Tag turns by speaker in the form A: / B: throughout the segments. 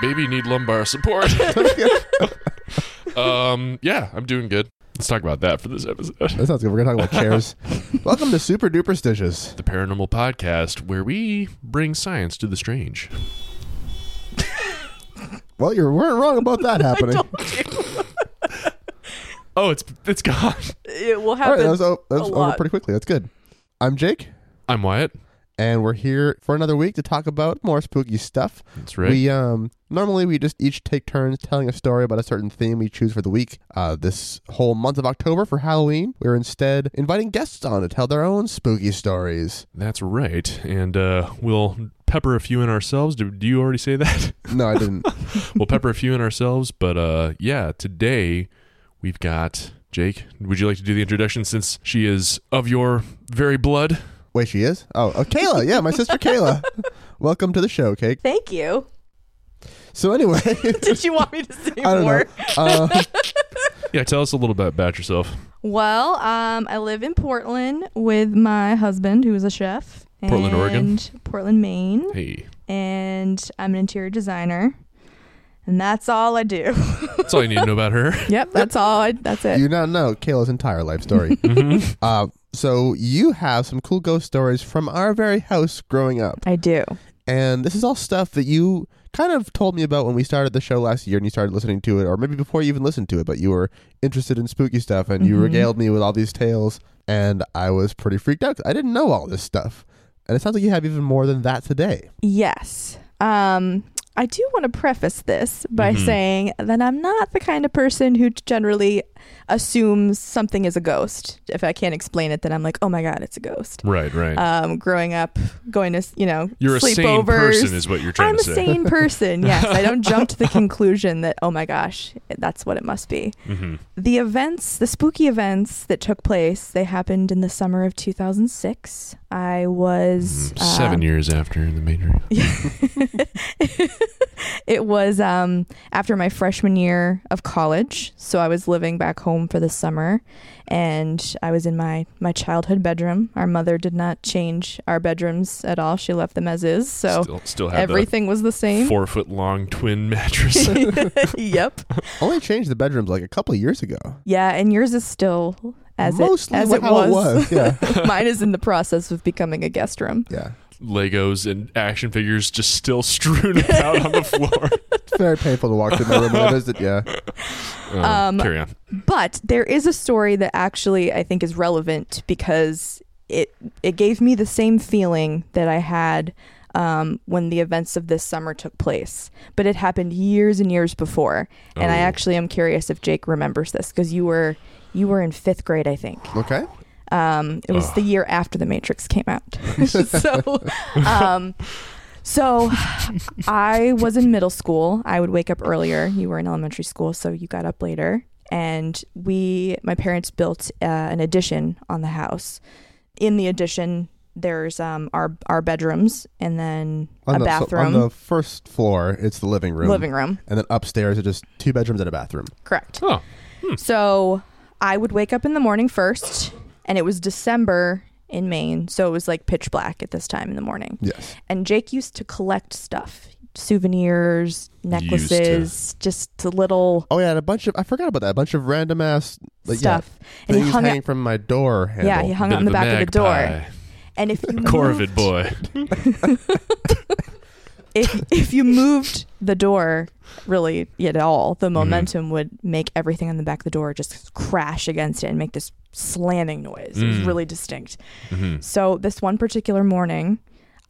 A: baby need lumbar support. um, yeah, I'm doing good. Let's talk about that for this episode.
B: That sounds good. We're gonna talk about chairs. Welcome to Super Duper Stitches.
A: The Paranormal Podcast, where we bring science to the strange.
B: Well, you weren't wrong about that happening. All
A: Oh, it's it's gone.
C: It will
B: right,
C: happen.
B: that was, o- that was
C: a
B: over
C: lot.
B: pretty quickly. That's good. I'm Jake,
A: I'm Wyatt.
B: and we're here for another week to talk about more spooky stuff.
A: That's right.
B: We um normally we just each take turns telling a story about a certain theme we choose for the week. Uh, this whole month of October for Halloween, we're instead inviting guests on to tell their own spooky stories.
A: That's right. And uh, we'll pepper a few in ourselves. Do, do you already say that?
B: No, I didn't.
A: we'll pepper a few in ourselves. But uh, yeah, today we've got Jake. Would you like to do the introduction since she is of your very blood?
B: Wait, she is? Oh, oh, Kayla. Yeah, my sister Kayla. Welcome to the show, Cake.
C: Thank you.
B: So anyway,
C: Did you want me to say
B: I don't know.
C: more?
B: Uh,
A: Yeah, tell us a little bit about yourself.
C: Well, um, I live in Portland with my husband, who is a chef.
A: Portland, Oregon?
C: and Portland, Maine.
A: Hey,
C: And I'm an interior designer. And that's all I do.
A: that's all you need to know about her.
C: yep, that's all. I, that's it.
B: you now know Kayla's entire life story.
C: Mm-hmm.
B: uh, so you have some cool ghost stories from our very house growing up,
C: I do.
B: and this is all stuff that you kind of told me about when we started the show last year, and you started listening to it, or maybe before you even listened to it, but you were interested in spooky stuff, and you
C: Mhm.
B: regaled me with all these tales, and I was pretty freaked out. 'cause I didn't know all this stuff, and it sounds like you have even more than that today.
C: Yes. Um, I do want to preface this by
A: Mhm.
C: saying that I'm not the kind of person who generally assumes something is a ghost. If I can't explain it, then I'm like, oh my God, it's a ghost.
A: Right, right.
C: Um, growing up, going to, you know,
A: You're a sane
C: sleepovers.
A: person, is what you're trying
C: I'm
A: to say.
C: a sane person, yes. I don't jump to the conclusion that, oh my gosh, that's what it must be.
A: Mhm.
C: The events, the spooky events that took place, they happened in the summer of 2006. I was.
A: Mm, Seven
C: um,
A: years after the major.
C: it was um, after my freshman year of college so i was living back home for the summer and i was in my, my childhood bedroom our mother did not change our bedrooms at all she left them as is so
A: still, still had
C: everything was the
A: the
C: same
A: four foot long twin mattress.
C: yep
B: Only changed the bedrooms like a couple of years ago.
C: yeah and yours is still as
B: Mostly
C: it, as
B: wha-
C: it
B: how
C: was,
B: it was, yeah.
C: mine is in the process of becoming a guest room
B: Yeah,
A: Legos and action figures just still strewn about on the floor.
B: it's very painful to walk through my room when I visit. Yeah.
A: Um,
C: Um,
A: carry on.
C: But there is a story that actually I think is relevant because it it gave me the same feeling that I had um, when the events of this summer took place. But it happened years and years before, and I
A: Oh.
C: actually am curious if Jake remembers this because you were you were in fifth grade, I think.
B: Okay.
C: Um, it was
A: Ugh.
C: the year after The Matrix came out. so, um, so I was in middle school. I would wake up earlier. You were in elementary school, so you got up later. And we, my parents built uh, an addition on the house. In the addition, there's um, our our bedrooms and then
B: On
C: a
B: the, so
C: bathroom,
B: on the first floor, it's the living room.
C: living room.
B: And then upstairs are just two bedrooms and a bathroom.
C: Correct.
A: Oh,
C: So I would wake up in the morning first, and it was December in Maine, so it was like pitch black at this time in the morning.
B: Yes.
C: And Jake used to collect stuff, souvenirs, necklaces, just a little
B: Oh yeah, and a bunch of I forgot about that. A bunch of random ass like, yeah,
C: stuff. and he
B: things
C: hung
B: hanging
C: it.
B: from my door handle.
C: Yeah, he hung
A: bit
C: it on the
A: a
C: back of the door.
A: magpie.
C: And if you moved,
A: Corvid boy.
C: if if you moved the door really at all, the momentum would make everything on the back of the door just crash against it and make this slamming noise. It was
A: Mm.
C: really distinct.
A: Mhm.
C: So this one particular morning,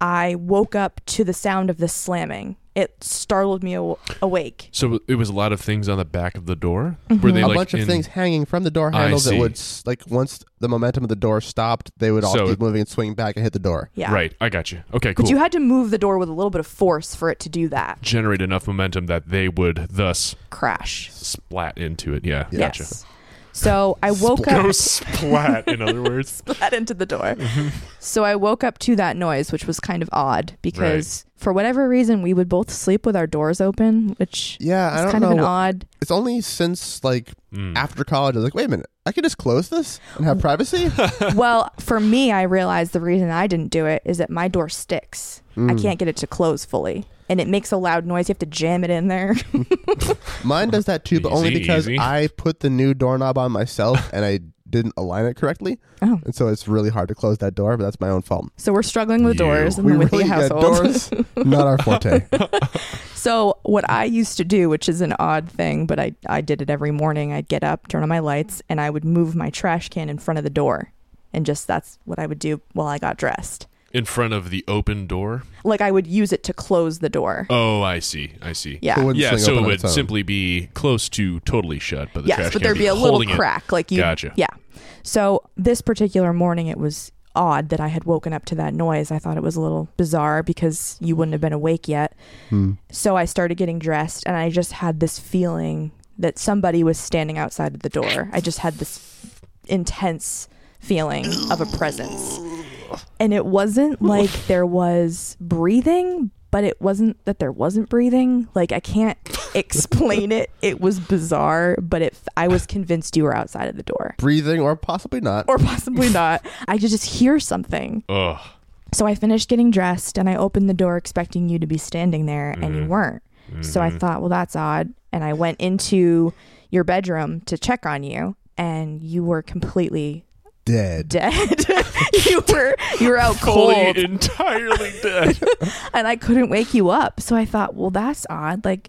C: I woke up to the sound of this slamming. It startled me aw- awake.
A: So it was a lot of things on the back of the door.
C: Mm-hmm.
A: Were they
B: a
A: like
B: bunch of
A: in-
B: things hanging from the door
A: I
B: handle that
A: see.
B: would s- like once the momentum of the door stopped, they would all
A: So-
B: keep moving and swing back and hit the door.
C: Yeah.
A: Right, I got you. Okay,
C: But
A: cool.
C: you had to move the door with a little bit of force for it to do that
A: Generate enough momentum that they would thus
C: crash.
A: splat into it. Yeah, gotcha.
C: Yes. So I woke up.
A: Go splat, in other words.
B: Mm-hmm.
C: splat into the door. so I woke up to that noise, which was kind of odd because for whatever reason, we would both sleep with our doors open, which
B: Yeah, I
C: is
B: don't
C: kind
B: know.
C: of an
B: what-
C: odd.
B: it's only since like
A: Mm.
B: after college I was like, wait a minute, I could just close this and have privacy.
C: well, for me, I realized the reason I didn't do it is that my door sticks. I
B: Mm.
C: can't get it to close fully. And it makes a loud noise. You have to jam it in there.
B: Mine does that too, but only
A: Easy,
B: because
A: easy.
B: I put the new doorknob on myself and I didn't align it correctly,
C: Oh.
B: and so it's really hard to close that door. But that's my own fault.
C: So we're struggling with
A: You.
C: doors and
B: We
C: with
B: really
C: the
B: yeah,
C: household.
B: doors, not our forte.
C: So what I used to do, which is an odd thing, but I, I did it every morning. I'd get up, turn on my lights, and I would move my trash can in front of the door. And just that's what I would do while I got dressed.
A: in front of the open door.
C: Like I would use it to close the door.
A: Oh, I see. I see.
C: Yeah.
B: It wouldn't
A: Yeah,
B: swing
A: so
B: open
A: it
B: on
A: would
B: its own.
A: simply be close to totally shut, but the
C: yes,
A: trash
C: but
A: can
C: there'd be a little
A: holding it.
C: crack. Like you
A: Gotcha.
C: Yeah. So this particular morning it was odd that I had woken up to that noise. I thought it was a little bizarre because you wouldn't have been awake yet.
B: Hmm.
C: So I started getting dressed and I just had this feeling that somebody was standing outside of the door. I just had this intense feeling of a presence. And it wasn't like there was breathing, but it wasn't that there wasn't breathing. Like I can't explain it. It was bizarre, but it I was convinced you were outside of the door.
B: Breathing or possibly not.
C: Or possibly not. I could just hear something.
A: Ugh.
C: So I finished getting dressed and I opened the door expecting you to be standing there and you
A: Mhm.
C: weren't. So I
A: Mhm.
C: thought, well, that's odd. And I went into your bedroom to check on you, and you were completely
B: Dead.
C: dead. you were you were out
A: fully
C: cold,
A: entirely dead.
C: and I couldn't wake you up. So I thought, well, that's odd. Like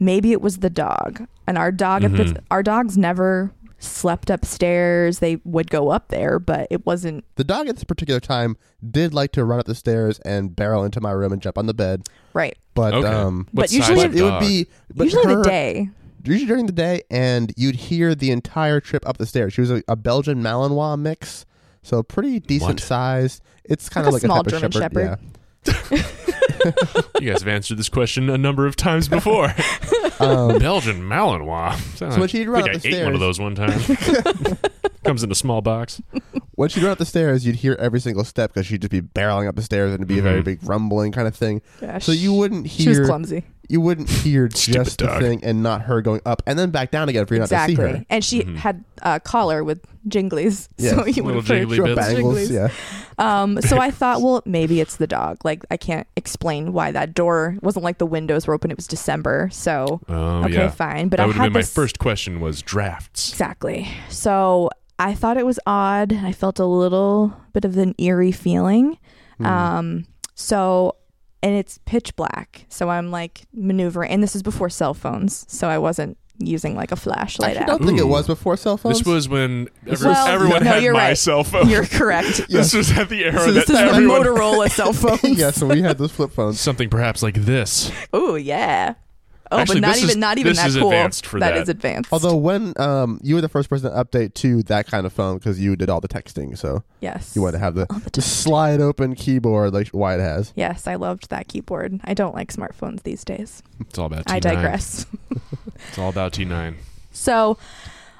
C: maybe it was the dog. And our dog, at the,
A: Mhm.
C: our dogs never slept upstairs. They would go up there, but it wasn't.
B: The dog at this particular time did like to run up the stairs and barrel into my room and jump on the bed,
C: Right.
B: but
A: Okay.
B: um,
C: But
A: What size
C: usually
A: of
B: it would
A: dog?
B: be but
C: Usually the
B: her-
C: day.
B: usually during the day, and you'd hear the entire trip up the stairs. She was a, a Belgian Malinois mix, so pretty decent
A: What?
B: size. It's kind
C: Like
B: of
C: a
B: like
C: small
B: a type of
C: German
B: shepherd.
C: shepherd.
A: You guys have answered this question a number of times before.
B: Yeah. Um,
A: Belgian Malinois. Sounds
B: So when
A: like-
B: she'd
A: I
B: run
A: think
B: up the
A: I ate one
B: stairs-
A: of those one time. Comes in a small box.
B: once you'd run up the stairs, you'd hear every single step because she'd just be barreling up the stairs, and it'd be a very
A: Mhm.
B: big rumbling kind of thing.
C: Gosh.
B: So you wouldn't
C: She was
B: hear
C: clumsy.
B: you wouldn't hear
A: Stupid
B: just the
A: dog.
B: thing and not her going up and then back down again for you
C: exactly.
B: not to see her.
C: And she
A: Mhm.
C: had a collar with jinglies, so
B: Yes.
C: you
A: Little
C: would have heard.
A: jingly
B: Short
A: bits.
B: bangles,
C: Jingles.
B: yeah.
C: Um, so I thought, well, maybe it's the dog. Like I can't explain why that door it wasn't like the windows were open. It was December, so
A: Oh
C: okay,
A: yeah.
C: fine. But
A: that
C: I
A: would have
C: had
A: been my
C: this-
A: first question was drafts.
C: exactly. So I thought it was odd. I felt a little bit of an eerie feeling.
B: Mm-hmm.
C: Um, so and it's pitch black, so I'm like maneuvering, and this is before cell phones, so I wasn't using like a
B: I
C: flashlight.
B: actually
C: app.
B: don't think it
A: Ooh.
B: was before cell phones.
A: This was when every,
C: Well,
A: everyone
C: no,
A: had
C: you're
A: my
C: right.
A: cell phone.
C: You're correct.
A: This was at the era
B: So
A: that
C: This is the
A: everyone
C: Motorola cell phones.
B: yeah, so we had those flip phones.
A: something perhaps like this.
C: Oh yeah. Oh,
A: Actually,
C: but not
A: this
C: even
A: is-
C: not even
A: this
C: that
A: is
C: cool.
A: advanced for
C: That
A: that.
C: is advanced.
B: Although when um, you were the first person to update to that kind of phone because you did all the texting, so
C: yes,
B: you wanted to have the
C: All the
B: just slide open keyboard like Wyatt has.
C: Yes, I loved that keyboard. I don't like smartphones these days.
A: It's all about T9.
C: I digress.
A: It's all about T9.
C: So,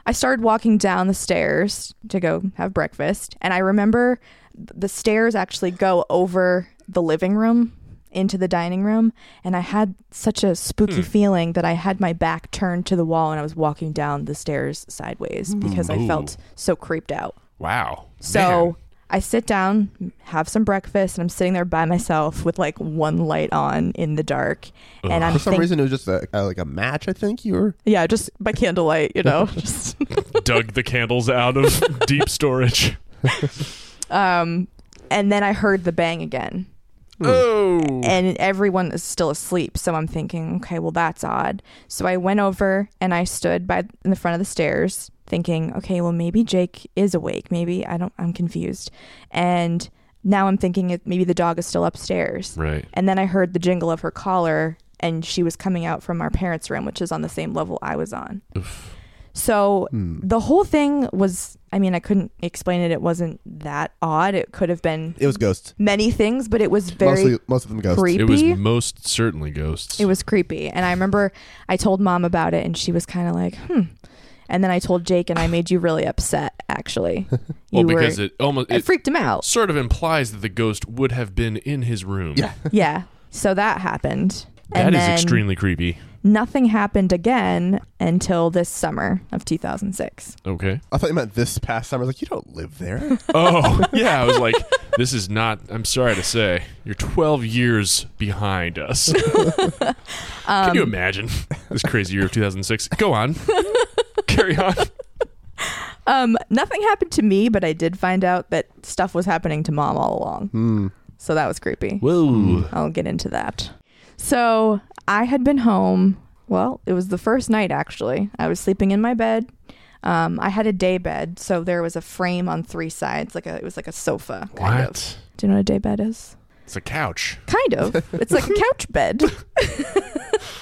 C: I started walking down the stairs to go have breakfast, and I remember th- the stairs actually go over the living room into the dining room, and I had such a spooky
A: Hmm.
C: feeling that I had my back turned to the wall and I was walking down the stairs sideways because I
A: Hmm. Ooh.
C: felt so creeped out.
A: Wow.
C: So
A: Man.
C: I sit down, have some breakfast, and I'm sitting there by myself with like one light on in the dark. And
A: Ugh.
C: I'm
B: For some
C: think-
B: reason, it was just a, a, like a match. I think you were.
C: yeah, just by candlelight, you know. just,
A: dug the candles out of deep storage.
C: um, and then I heard the bang again,
B: Hmm.
C: Uh,
A: Oh.
C: and everyone is still asleep. So I'm thinking, okay, well that's odd. So I went over and I stood by in the front of the stairs, thinking, okay, well maybe Jake is awake. Maybe I don't. I'm confused. And now I'm thinking it, maybe the dog is still upstairs.
A: Right.
C: And then I heard the jingle of her collar, and she was coming out from our parents' room, which is on the same level I was on.
A: Oof.
C: So
B: Hmm.
C: the whole thing was, I mean, I couldn't explain it. It wasn't that odd. It could have been
B: It was ghosts.
C: many things, but it was very
B: Mostly, most of them ghosts.
C: creepy.
A: It was most certainly ghosts.
C: It was creepy. And I remember I told mom about it, and she was kind of like, hmm. And then I told Jake, and I made you really upset, actually.
A: well
C: You were-
A: because it almost
C: it
A: it
C: freaked him out.
A: sort of implies that the ghost would have been in his room.
B: Yeah.
C: Yeah. So that happened.
A: That is
C: and then
A: extremely creepy.
C: Nothing happened again until this summer of 2006.
A: Okay.
B: I thought you meant this past summer. I was like, you don't live there.
A: Oh, yeah. I was like, this is not, I'm sorry to say, you're 12 years behind us. Can
C: Um,
A: you imagine this crazy year of 2006? Go on. Carry on.
C: Um, nothing happened to me, but I did find out that stuff was happening to mom all along.
B: Hmm.
C: So that was creepy.
A: Whoa.
C: I'll get into that. So I had been home. Well, it was the first night actually. I was sleeping in my bed. Um, I had a day bed, so there was a frame on three sides, like a it was like a sofa. Kind Of.
A: What?
C: Do you know what a day bed is?
A: It's a couch.
C: Kind of. It's like a couch bed.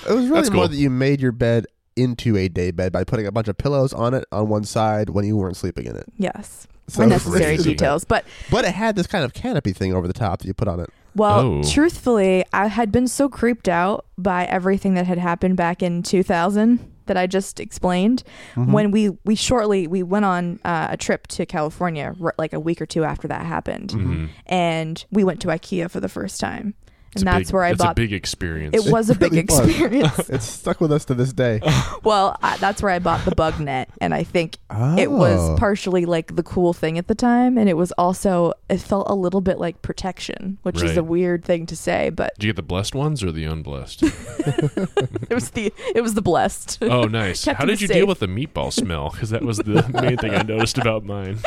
B: It was really
A: That's
B: more
A: cool.
B: that you made your bed into a day bed by putting a bunch of pillows on it on one side when you weren't sleeping in it.
C: Yes,
B: So
C: unnecessary
A: crazy.
C: details. But
B: But it had this kind of canopy thing over the top that you put on it.
C: well,
A: Oh.
C: truthfully, I had been so creeped out by everything that had happened back in 2000 that I just explained. when we we shortly we went on uh, a trip to California r- like a week or two after that happened,
A: Mhm.
C: and we went to IKEA for the first time,
A: It's
C: and
A: a
C: that's
A: big-
C: where I
A: that's
C: bought.
A: a big experience.
C: it was a big
B: really was.
C: experience.
B: It's stuck with us to this day.
C: well, I, that's where I bought the bug net, and I think it
B: Oh.
C: was partially like the cool thing at the time, and it was also it felt a little bit like protection, which is
A: Right.
C: a weird thing to say, but
A: Did you get the blessed ones or the unblessed?
C: it was the it was the blessed.
A: Oh, nice.
C: Kept
A: How
C: them
A: did you
C: safe.
A: deal with the meatball smell? Because that was the main thing I noticed about mine.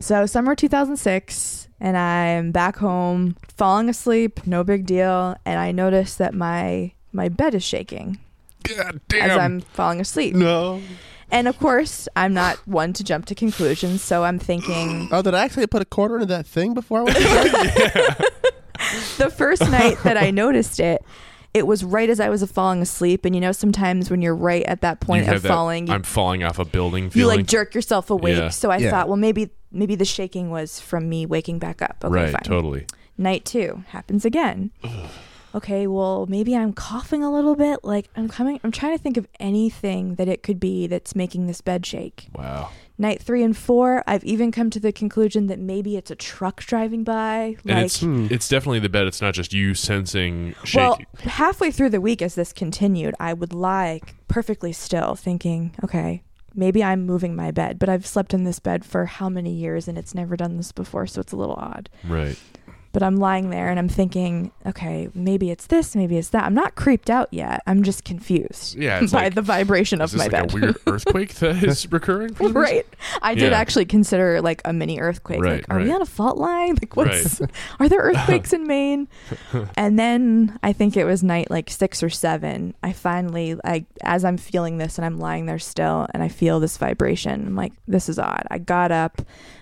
C: So summer 2006, and I'm back home, falling asleep, no big deal, and I notice that my my bed is shaking
A: God
C: as
A: damn.
C: I'm falling asleep.
A: no.
C: And of course, I'm not one to jump to conclusions, so I'm thinking
B: Oh, did I actually put a quarter into that thing before I went to bed?
C: the first night that I noticed it, it was right as I was falling asleep, and you know sometimes when you're right at that point
A: you
C: of
A: have that,
C: falling, you,
A: I'm falling off a building
C: you
A: feeling.
C: like jerk yourself awake.
A: Yeah.
C: So I
B: Yeah.
C: thought, well maybe maybe the shaking was from me waking back up. Okay,
A: right,
C: fine.
A: totally.
C: Night two happens again. okay, well, maybe I'm coughing a little bit. Like, I'm coming, I'm trying to think of anything that it could be that's making this bed shake.
A: Wow.
C: Night three and four, I've even come to the conclusion that maybe it's a truck driving by. Like,
A: and it's it's definitely the bed. It's not just you sensing shaking.
C: well, halfway through the week as this continued, I would lie perfectly still, thinking, okay, maybe I'm moving my bed, but I've slept in this bed for how many years and it's never done this before, so it's a little odd.
A: right.
C: But I'm lying there and I'm thinking, okay, maybe it's this, maybe it's that. I'm not creeped out yet. I'm just confused
A: Yeah. It's
C: by
A: like,
C: the vibration
A: is
C: of
A: this
C: my
A: like
C: bed.
A: a weird earthquake that is recurring? for some reason?
C: right. I did
A: Yeah.
C: actually consider like a mini earthquake.
A: Right,
C: like, are we
A: right.
C: on a fault line? Like, what's? Are there earthquakes in Maine? And then I think it was night like six or seven. I finally, I as I'm feeling this and I'm lying there still, and I feel this vibration. I'm like, this is odd. I got up,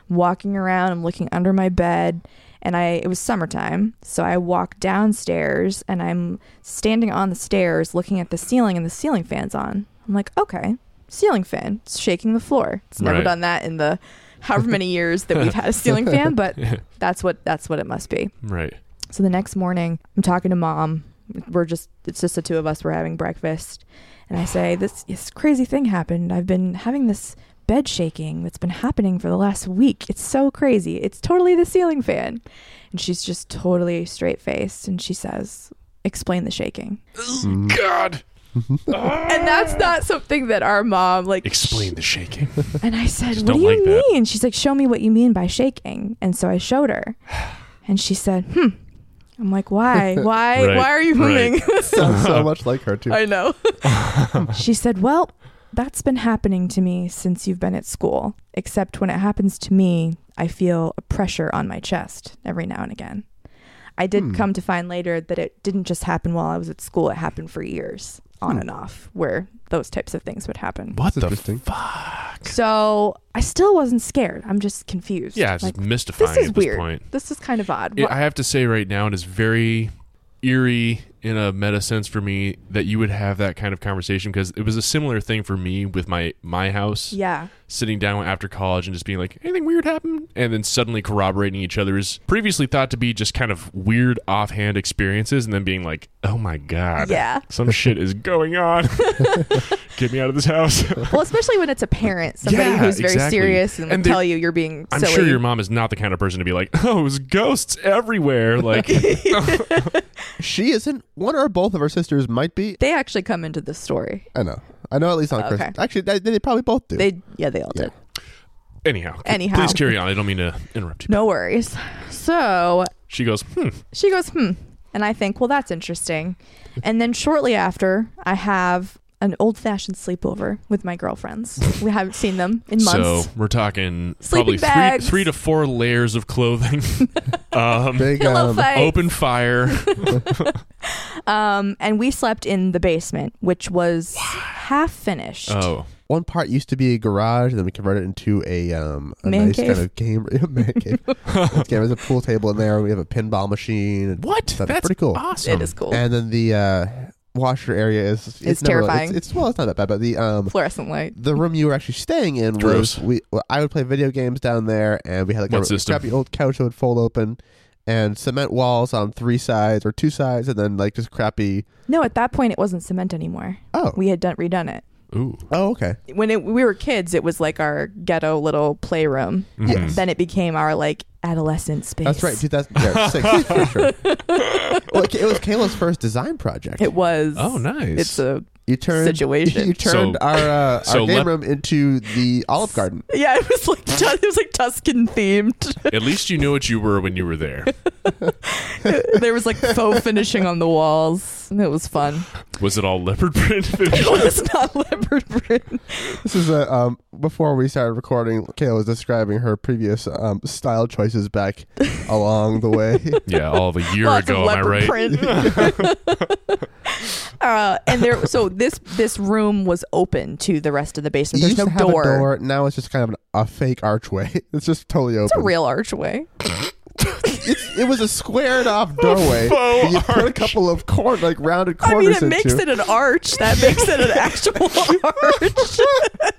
C: walking around. I'm looking under my bed. And I, it was summertime, so I walk downstairs and I'm standing on the stairs looking at the ceiling, and the ceiling fan's on. I'm like, okay, ceiling fan, it's shaking the floor. It's never
A: Right.
C: done that in the however many years that we've had a ceiling fan, but that's what that's what it must be.
A: Right.
C: So the next morning, I'm talking to mom. We're just it's just the two of us. We're having breakfast, and I say this this crazy thing happened. I've been having this bed shaking that's been happening for the last week. It's so crazy. It's totally the ceiling fan, and she's just totally straight faced, and she says, "Explain the shaking."
A: Hmm. God.
C: And that's not something that our mom like
A: Explain the shaking.
C: And I said,
A: Just
C: What
A: don't
C: do you
A: like that.
C: mean? She's like, Show me what you mean by shaking. And so I showed her. And she said, Hmm. I'm like, Why? Why?
A: Right,
C: Why are you
A: right.
C: moving?
B: Sounds so much like her too.
C: I know. she said, Well, that's been happening to me since you've been at school, except when it happens to me, I feel a pressure on my chest every now and again. I did
B: Hmm.
C: come to find later that it didn't just happen while I was at school, it happened for years on
B: Hmm.
C: and off where those types of things would happen.
A: What
B: That's
A: the
B: interesting.
A: fuck?
C: So I still wasn't scared. I'm just confused.
A: Yeah, it's
C: like,
A: just mystifying
C: is
A: at
C: weird.
A: this point.
C: this is kind of odd.
A: It,
C: Wha-
A: I have to say right now, it is very eerie in a meta sense for me that you would have that kind of conversation because it was a similar thing for me with my my house
C: Yeah.
A: sitting down after college and just being like, anything weird happened? And then suddenly corroborating each other's previously thought to be just kind of weird offhand experiences and then being like, oh my God.
C: Yeah.
A: Some shit is going on. Get me out of this house.
C: Well, especially when it's a parent, somebody
A: Yeah,
C: who's very
A: exactly.
C: serious and,
A: And they-
C: tell you you're being
A: I'm
C: silly.
A: sure your mom is not the kind of person to be like, oh, there's ghosts everywhere. Like,
B: She isn't. One or both of her sisters might be.
C: they actually come into this story.
B: I know. I know at least on
C: Okay.
B: Christmas. Actually, they, they probably both do.
C: They yeah, they all
B: Yeah.
C: did.
A: anyhow.
C: Anyhow.
A: Please carry on. I don't mean to interrupt you.
C: No worries. So
A: She goes, hmm.
C: she goes, hmm. And I think, well, that's interesting. And then shortly after, I have an old fashioned sleepover with my girlfriends. we haven't seen them in months.
A: So we're talking
C: Sleeping
A: probably
C: bags.
A: three, three to four layers of clothing. um,
B: Big,
C: Pillow
B: um,
C: fight.
A: open fire.
C: Um, and we slept in the basement, which was half finished.
A: Oh.
B: one part used to be a garage, then we converted it into a um a
C: Man
B: nice
C: cave.
B: kind of game man cave. It's- yeah, there's a pool table in there. We have a pinball machine. And,
A: What?
B: That's pretty cool.
A: Awesome.
C: it is cool.
B: and then the uh, washer area is it's,
C: It's
B: never really-
C: terrifying.
B: it's, it's well, it's not that bad, but the um
C: Fluorescent light.
B: the room you were actually staying in was
A: Gross.
B: we. Well, I would play video games down there, and we had like
A: What
B: a
A: system?
B: crappy old couch that would fold open, and cement walls on three sides or two sides, and then like just crappy.
C: No, at that point, it wasn't cement anymore.
B: Oh,
C: We had done redone it.
A: Ooh.
B: oh, okay.
C: when it, we were kids, it was like our ghetto little playroom.
A: Mhm.
B: Yes.
C: Then it became our like adolescent space.
B: That's right, 2006 for sure. Well, it, it was Kayla's first design project.
C: It was.
A: Oh, nice.
C: It's a
B: you turned
C: situation.
B: You turned
A: So-
B: our uh,
A: so
B: our game
A: let-
B: room into the Olive Garden.
C: yeah. It was like Tus- it was like Tuscan themed.
A: At least you knew what you were when you were there.
C: there was like faux finishing on the walls. And it was fun.
A: Was it all leopard print?
C: It was not leopard print.
B: This is a um, before we started recording. Kayla was describing her previous um, style choices back along the way.
A: yeah, all of a year
C: Lots
A: ago.
C: of
A: Am I
C: leopard
A: right?
C: print. uh, and there, so this this room was open to the rest of the
B: It
C: basement. There's
B: used
C: no
B: to have a door. Now it's just kind of an, a fake archway. It's just totally open.
C: It's a real archway.
B: It's- it was a squared off doorway. and you put a couple of corn like rounded
C: I mean,
B: corners
C: it makes
B: into.
C: it an arch. That makes it an actual arch.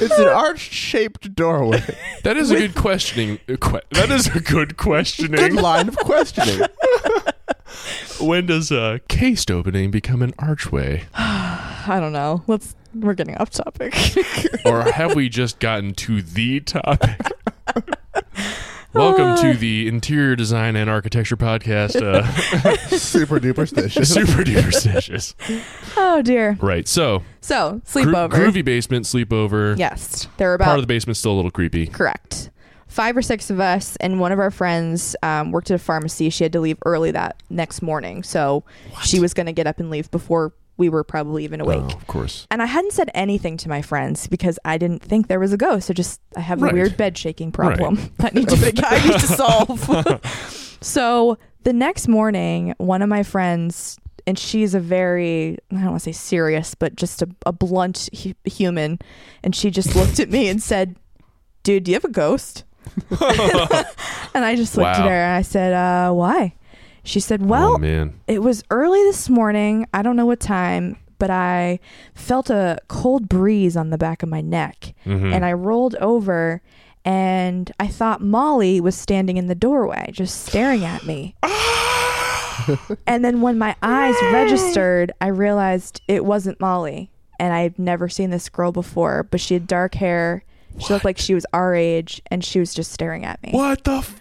B: It's an arch shaped doorway.
A: That is a good questioning. uh, Que- that is a good
B: Good
A: questioning.
B: line of questioning.
A: when does a cased opening become an archway?
C: I don't know. Let's. We're getting off topic.
A: Or have we just gotten to the topic? Welcome
C: Uh.
A: to the Interior Design and Architecture Podcast. Uh,
B: Super duper stitious.
A: super duper stitious.
C: oh dear.
A: Right. So, gro-
C: So sleepover.
A: groovy basement, sleepover.
C: Yes, there were
A: Part
C: about
A: of the basement's still a little creepy.
C: correct. Five or six of us, and one of our friends um, worked at a pharmacy. She had to leave early that next morning, so she was going to get up and leave before we were probably even awake.
A: Oh, of course.
C: And I hadn't said anything to my friends because I didn't think there was a ghost. I just I have
A: Right.
C: a weird bed shaking problem that need to be, I need to solve. so the next morning, one of my friends, and she's a very I don't want to say serious, but just a, a blunt hu- human, and she just looked at me and said, "Dude, do you have a ghost?" and I just looked
A: Wow.
C: at her and I said, uh, "Why?" She said, "Well,
A: oh, man.
C: it was early this morning. I don't know what time, but I felt a cold breeze on the back of my neck
A: Mhm.
C: and I rolled over and I thought Molly was standing in the doorway just staring at me. and then when my eyes registered, I realized it wasn't Molly and I'd never seen this girl before, but she had dark hair. She looked like she was our age and she was just staring at me.
A: What the f-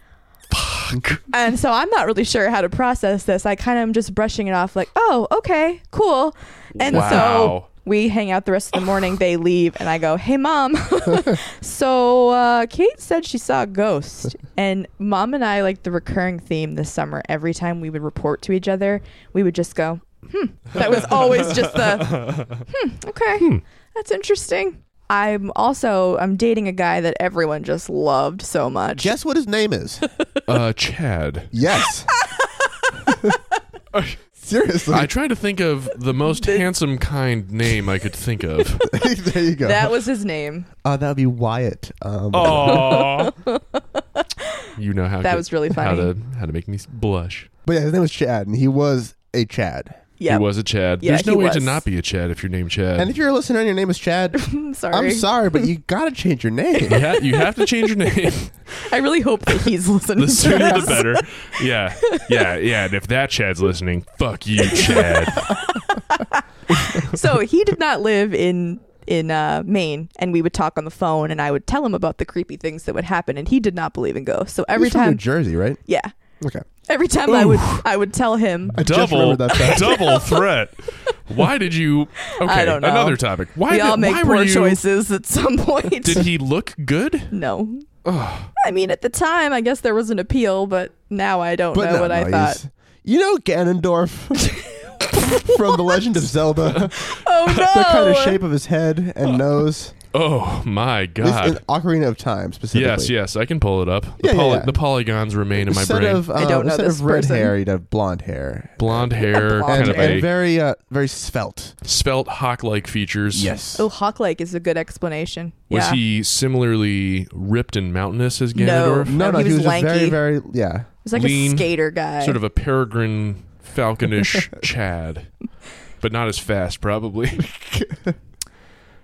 A: fuck?
C: And so I'm not really sure how to process this. I kind of am just brushing it off like, oh, okay, cool. And so
A: Wow.
C: we hang out the rest of the morning. They leave, and I go, hey, mom. so uh, Kate said she saw a ghost. And mom and I, like the recurring theme this summer, every time we would report to each other, we would just go, hmm. That was always just the, hmm, okay, that's interesting. I'm also I'm dating a guy that everyone just loved so much.
B: Guess what his name is?
A: Uh, Chad.
B: Yes. Seriously.
A: I tried to think of the most handsome, kind name I could think of.
B: there you go.
C: that was his name.
B: Uh, that would be Wyatt. Um,
A: Oh. you know how
C: That
A: to-
C: was really
A: how
C: funny.
A: to how to make me blush.
B: But yeah, his name was Chad, and he was a Chad.
C: Yeah.
A: He was a Chad.
C: Yeah,
A: There's no
C: he
A: way to
C: was.
A: not be a Chad if you're named Chad.
B: And if you're a listener and your name is Chad,
C: sorry.
B: I'm sorry, but you gotta change your
A: you,
B: name.
A: ha- you have to change your name.
C: I really hope that he's listening
A: The sooner the
C: to this.
A: better. Yeah. Yeah. Yeah. And if that Chad's listening, fuck you, Chad.
C: so he did not live in in uh, Maine, and we would talk on the phone, and I would tell him about the creepy things that would happen, and he did not believe in ghosts. So every
B: He's from New
C: time,
B: Jersey, right?
C: yeah,
B: Okay.
C: every time I would I would tell him
B: I just
A: double
B: remembered that fact.
A: double threat. Why did you? Okay,
C: I don't know.
A: another topic. Why
C: we
A: did,
C: all make
A: why
C: poor
A: were you,
C: choices at some point.
A: Did he look good?
C: no,
A: Ugh.
C: I mean at the time I guess there was an appeal, but now I don't know
B: no,
C: what I
B: no,
C: thought.
B: he's- You know Ganondorf from The Legend of Zelda.
C: Oh
B: The kind
C: no!
B: of shape of his head and nose.
A: Oh my
B: At least
A: god.
B: in Ocarina of Time specifically.
A: Yes, yes, I can pull it up. The,
B: Yeah, yeah,
A: poly-
B: yeah.
A: the polygons remain in my
B: instead
A: brain.
B: Of, um,
C: I don't know
B: instead
C: this
B: of red
C: person.
B: hair, you'd have blonde hair.
A: Blonde hair,
C: blonde
A: kind
B: And,
A: of
B: and
A: a
B: very uh, very svelte.
A: spelt hawk-like features.
C: oh, hawk like is a good explanation.
A: Was
C: yeah.
A: he similarly ripped and mountainous as
C: No.
A: Ganondorf?
B: No,
C: No,
B: no,
C: he
B: he was,
C: was
B: just very,
C: lanky.
B: very yeah.
C: He was like
A: lean,
C: a skater guy.
A: Sort of a peregrine falconish Chad, but not as fast, probably.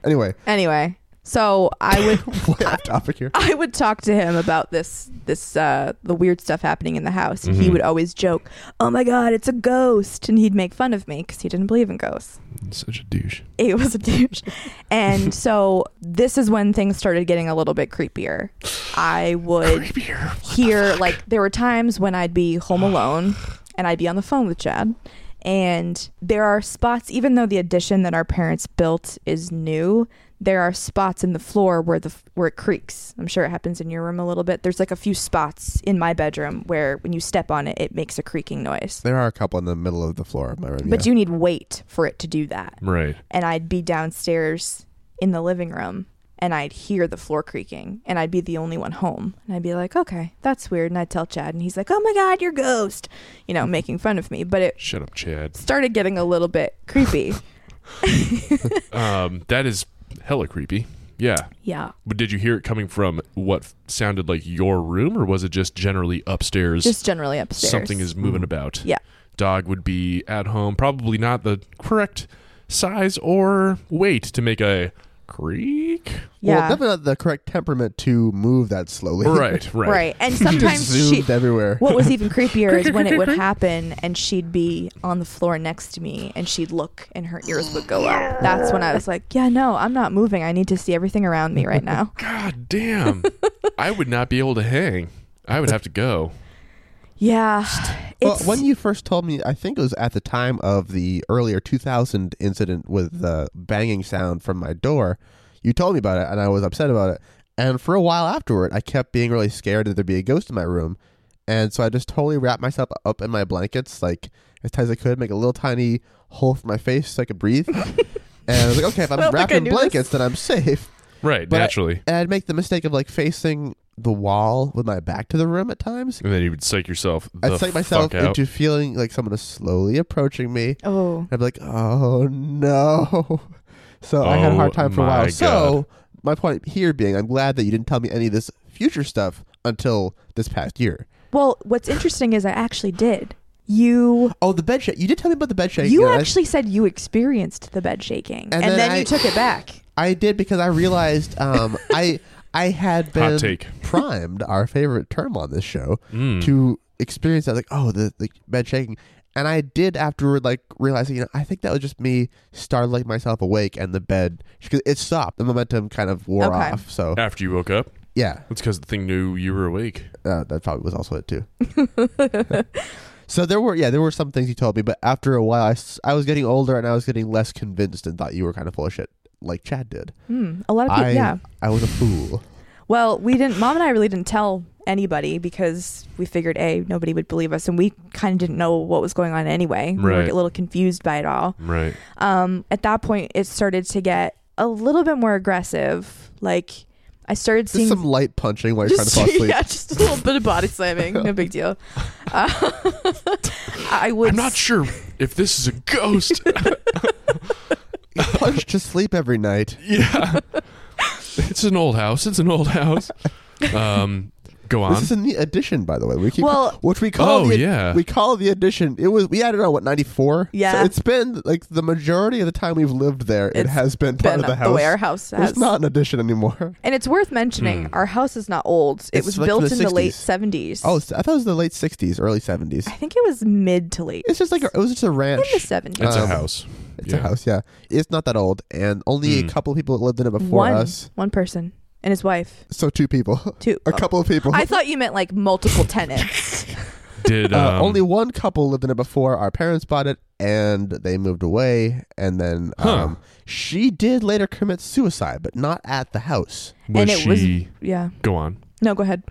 B: Anyway,
C: Anyway, so I would
B: way off topic here.
C: I would talk to him about this this uh the weird stuff happening in the house and he
A: Mhm.
C: would always joke, "Oh my god, it's a ghost." And he'd make fun of me cuz he didn't believe in ghosts.
A: Such a douche.
C: It was a douche. and so this is when things started getting a little bit creepier. I would
A: Creepier.
C: hear like there were times when I'd be home alone and I'd be on the phone with Chad. And there are spots, even though the addition that our parents built is new, there are spots in the floor where the where it creaks. I'm sure it happens in your room a little bit. There's like a few spots in my bedroom where when you step on it, it makes a creaking noise.
B: There are a couple in the middle of the floor of my room.
C: But
B: yeah.
C: you need weight for it to do that.
A: Right.
C: And I'd be downstairs in the living room and I'd hear the floor creaking and I'd be the only one home. And I'd be like, okay, that's weird. And I'd tell Chad and he's like, oh my God, you're a ghost, you know, making fun of me. But it
A: Shut up, Chad.
C: started getting a little bit creepy.
A: Um, that is hella creepy. Yeah.
C: yeah.
A: But did you hear it coming from what f- sounded like your room, or was it just generally upstairs?
C: Just generally upstairs. Mm-hmm.
A: something is moving about.
C: Yeah.
A: Dog would be at home, probably not the correct size or weight to make a creak.
C: Yeah.
B: well, definitely not the correct temperament to move that slowly.
A: Right, right.
C: right. And
B: Just
C: sometimes she.
B: zoomed everywhere.
C: What was even creepier is when it would happen and she'd be on the floor next to me and she'd look and her ears would go up. That's when I was like, yeah, no, I'm not moving. I need to see everything around me right now.
A: God damn. I would not be able to hang. I would have to go.
C: Yeah.
B: Well,
C: It's,
B: when you first told me, I think it was at the time of the earlier 2000 incident with the banging sound from my door. You told me about it, and I was upset about it. And for a while afterward, I kept being really scared that there'd be a ghost in my room. And so I just totally wrapped myself up in my blankets, like as tight as I could, make a little tiny hole for my face so I could breathe. and I was like, okay, if I'm
C: I don't think
B: wrapped
C: I
B: in
C: knew this.
B: blankets, then I'm safe.
A: Right,
B: But-
A: naturally.
B: And I'd make the mistake of like facing the wall with my back to the room at times.
A: And then you would psych yourself. The
B: I'd psych myself
A: fuck out.
B: into feeling like someone is slowly approaching me.
C: oh,
B: I'd be like, oh no. So I had a
A: Oh,
B: hard time for a
A: my
B: while. So my point here being, I'm glad that you didn't tell me any of this future stuff until this past year.
C: well, what's interesting is I actually did. You
B: Oh, the bed shake. You did tell me about the bed shake.
C: you
B: and I-
C: actually said you experienced the bed shaking, and,
B: then
C: then,
B: I-
C: you took it back.
B: I, did because I realized um, I I had been
A: Hot take.
B: primed our favorite term on this show
A: Mm.
B: to experience that like oh the, the bed shaking and i did afterward like realizing you know i think that was just me startling myself awake and the bed because it stopped the momentum kind of wore
C: Okay.
B: off so
A: After you woke up,
B: yeah
A: that's because the thing knew you were awake.
B: uh, that probably was also it too so there were yeah there were some things you told me but after a while I, s- I was getting older and i was getting less convinced and thought you were kind of full of shit like chad did
C: Hmm, a lot of people,
B: i
C: yeah.
B: i was a fool
C: Well, we didn't. Mom and I really didn't tell anybody because we figured a nobody would believe us, and we kind of didn't know what was going on anyway. We were
A: Right.
C: a little confused by it all.
A: Right.
C: um, at that point it started to get a little bit more aggressive like i started
B: just
C: seeing
B: some light punching while you're trying to
C: just,
B: fall asleep
C: yeah just a little bit of body slamming no big deal uh, i would
A: I'm not sure if this is a ghost.
B: punch to sleep every night
A: Yeah. it's an old house. It's an old house. Um, Go on.
B: This is in the edition, by the way. We keep
C: Well-
B: which we call
A: Oh,
B: the,
A: yeah.
B: we call the edition. It was we added on what ninety four.
C: Yeah.
B: so it's been like the majority of the time we've lived there. it
C: It's
B: has been part
C: been
B: of the house.
C: the way our house has.
B: It's not an addition anymore.
C: and it's worth mentioning,
B: Hmm.
C: our house is not old. It
B: It's
C: was
B: like
C: built
B: the
C: in the late
B: 60s.
C: seventies.
B: Oh, it's- I thought it was the late sixties, early seventies.
C: I think it was mid to late.
B: It's just like a, it was just a
C: in
B: ranch.
C: the seventies.
A: it's a
B: um,
A: house.
B: It's a
A: Yeah.
B: house, yeah. It's not that old, and only
A: Hmm.
B: a couple of people lived in it before
C: one,
B: us.
C: one person and his wife.
B: So two people,
C: Two.
B: a
C: oh.
B: couple of people.
C: I thought you meant like multiple tenants.
A: Did
B: Uh,
A: um,
B: only one couple lived in it before. Our parents bought it, and they moved away. And then
A: Huh.
B: um, she did later commit suicide, but not at the house.
A: was
C: and it was-
A: she?
C: yeah.
A: Go on.
C: No, go ahead.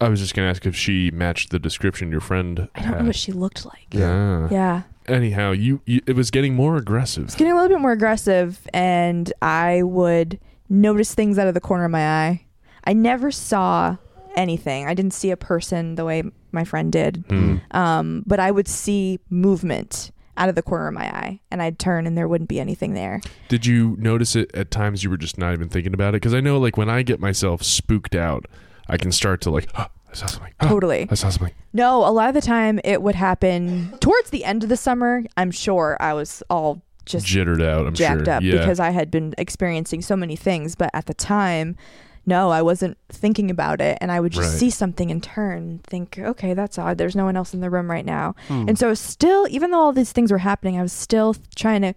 A: I was just gonna ask if she matched the description your friend.
C: I don't
A: had.
C: know what she looked like. Yeah.
A: yeah. Anyhow, you, you it was getting more aggressive.
C: It's getting a little bit more aggressive, and I would notice things out of the corner of my eye. I never saw anything. I didn't see a person the way my friend did.
A: Hmm.
C: Um, but I would see movement out of the corner of my eye, and I'd turn, and there wouldn't be anything there.
A: Did you notice it at times you were just not even thinking about it? Because I know, like, when I get myself spooked out, I can start to, like, "Ah, I saw something. Ah,
C: Totally.
A: I saw something.
C: No, a lot of the time it would happen towards the end of the summer. I'm sure I was all just
A: Jittered out, I'm
C: jacked
A: sure.
C: up
A: yeah.
C: because I had been experiencing so many things. But at the time, no, I wasn't thinking about it. And I would just
A: Right.
C: see something and turn and think, okay, that's odd. There's no one else in the room right now.
B: Hmm.
C: And so, I was still, even though all these things were happening, I was still trying to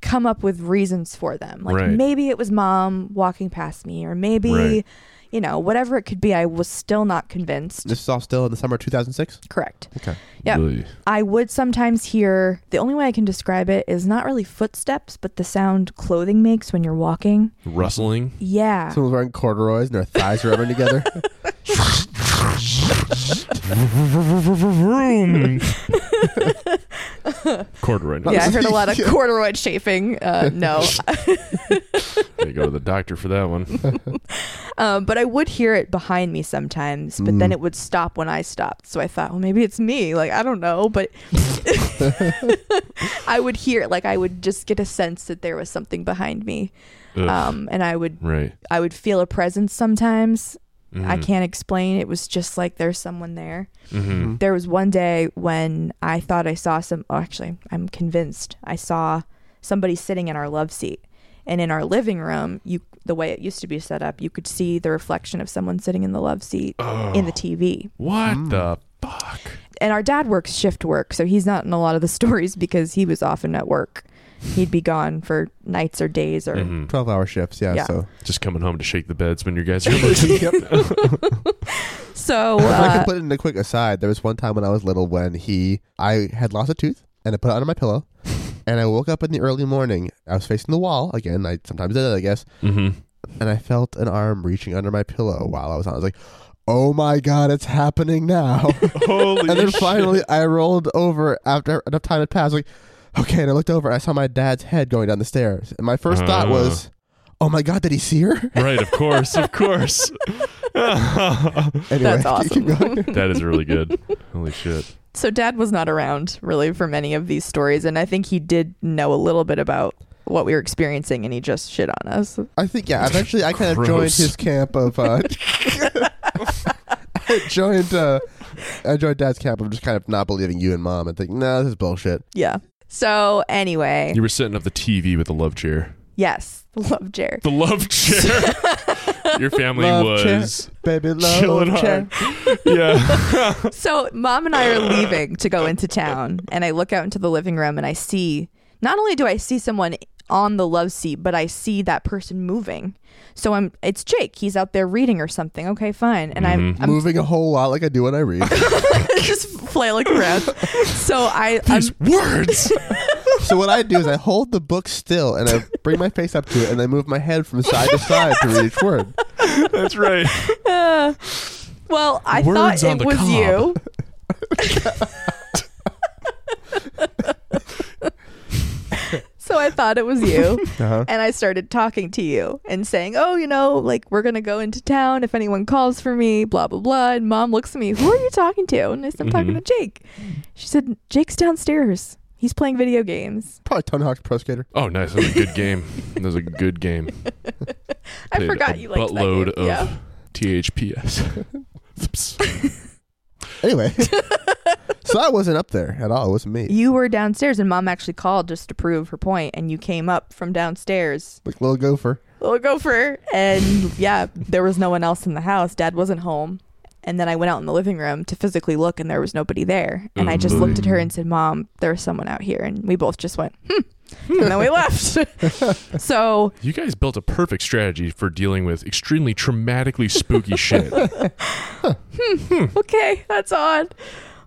C: come up with reasons for them. Like
A: Right.
C: maybe it was mom walking past me, or maybe,
A: Right.
C: you know, whatever it could be, I was still not convinced.
B: This is all still in the summer of 2006.
C: Correct.
B: Okay.
C: yeah.
A: Really.
C: I would sometimes hear the only way I can describe it is not really footsteps, but the sound clothing makes when you're walking.
A: Rustling.
C: Yeah.
B: Someone's wearing corduroys and their thighs are rubbing together.
A: Corduroy.
C: yeah, I
A: knots.
C: heard a lot of
B: Yeah.
C: corduroy chafing. Uh, no,
A: Gotta go to the doctor for that one.
C: um, but I would hear it behind me sometimes. But then
B: Mm.
C: it would stop when I stopped. So I thought, well, maybe it's me. Like I don't know, but I would hear it. Like I would just get a sense that there was something behind me,
A: Ugh.
C: um, and I would
A: right.
C: I would feel a presence sometimes. I
A: Mhm.
C: can't explain. It was just like there's someone there.
A: Mhm.
C: There was one day when I thought I saw some. Oh, actually, I'm convinced I saw somebody sitting in our love seat, and in our living room, you the way it used to be set up, you could see the reflection of someone sitting in the love seat
A: Oh,
C: in the TV.
A: what the fuck?
C: And our dad works shift work, so he's not in a lot of the stories because he was often at work. He'd be gone for nights or days or.
A: Mhm.
B: 12 hour shifts, yeah.
C: Yeah.
B: So
A: Just coming home to shake the beds when your guys are emergency.
B: Yep.
C: So
B: If I
C: uh,
B: could put in a quick aside, there was one time when I was little when he, I had lost a tooth and I put it under my pillow. And I woke up in the early morning. I was facing the wall again. I sometimes did it, I guess.
A: mm-hmm.
B: and I felt an arm reaching under my pillow while I was on. I was like, "Oh my god, it's happening now!"
A: Holy
B: and then finally, I rolled over after enough time had passed. Like, okay, and I looked over. I saw my dad's head going down the stairs, and my first thought
A: Ah.
B: was, "Oh my god, did he see her?"
A: Right, of course, of course. that
B: Anyway,
C: that's awesome.
B: keep going.
A: is really good. Holy shit.
C: So dad was not around really for many of these stories, and I think he did know a little bit about what we were experiencing, and he just shit on us.
B: I think yeah. Eventually, I kind of
A: Gross.
B: joined his camp of. Uh, I joined. Uh, I joined Dad's camp of just kind of not believing you and Mom and thinking, "No, this is bullshit."
C: Yeah. So anyway,
A: You were setting up the TV with the love chair.
C: yes, love Jer.
A: The love chair. Your family
B: Love chair.
A: was
B: Baby, love
A: chilling
B: chair.
A: hard. Yeah.
C: So mom and I are leaving to go into town, and I look out into the living room, and I see. Not only do I see someone on the love seat, but I see that person moving. So I'm. It's Jake. He's out there reading or something. Okay, fine. And I'm, I'm
B: moving a whole lot like I do when I read.
C: just flailing around. So I. I'm,
A: These words.
B: so what I do is I hold the book still and I bring my face up to it and I move my head from side to side to read each word.
A: That's right.
C: Uh, well, I
A: Words on
C: thought
A: the
C: it was
A: cob.
C: you. so I thought it was you.
B: Uh-huh.
C: And I started talking to you and saying, oh, you know, like we're going to go into town if anyone calls for me, blah, blah, blah. And mom looks at me, who are you talking to? And I said, I'm talking to
A: Mhm.
C: Jake. She said, Jake's downstairs. He's playing video games.
B: Probably Tony Hawk's Pro Skater.
A: Oh, nice. That was a good game. That was a good game.
C: I
A: Played
C: forgot
A: a
C: you liked that
A: buttload
C: game.
A: of
C: Yeah.
A: THPS. Oops.
B: Anyway, so I wasn't up there at all. It wasn't me.
C: You were downstairs, and mom actually called just to prove her point, and you came up from downstairs,
B: Like little gopher.
C: little gopher, and yeah, there was no one else in the house. Dad wasn't home. And then I went out in the living room to physically look, and there was nobody there. And I just
A: Ooh.
C: looked at her and said, Mom, there's someone out here. And we both just went, hmm. And then we left. so
A: You guys built a perfect strategy for dealing with extremely traumatically spooky shit.
C: okay, that's odd.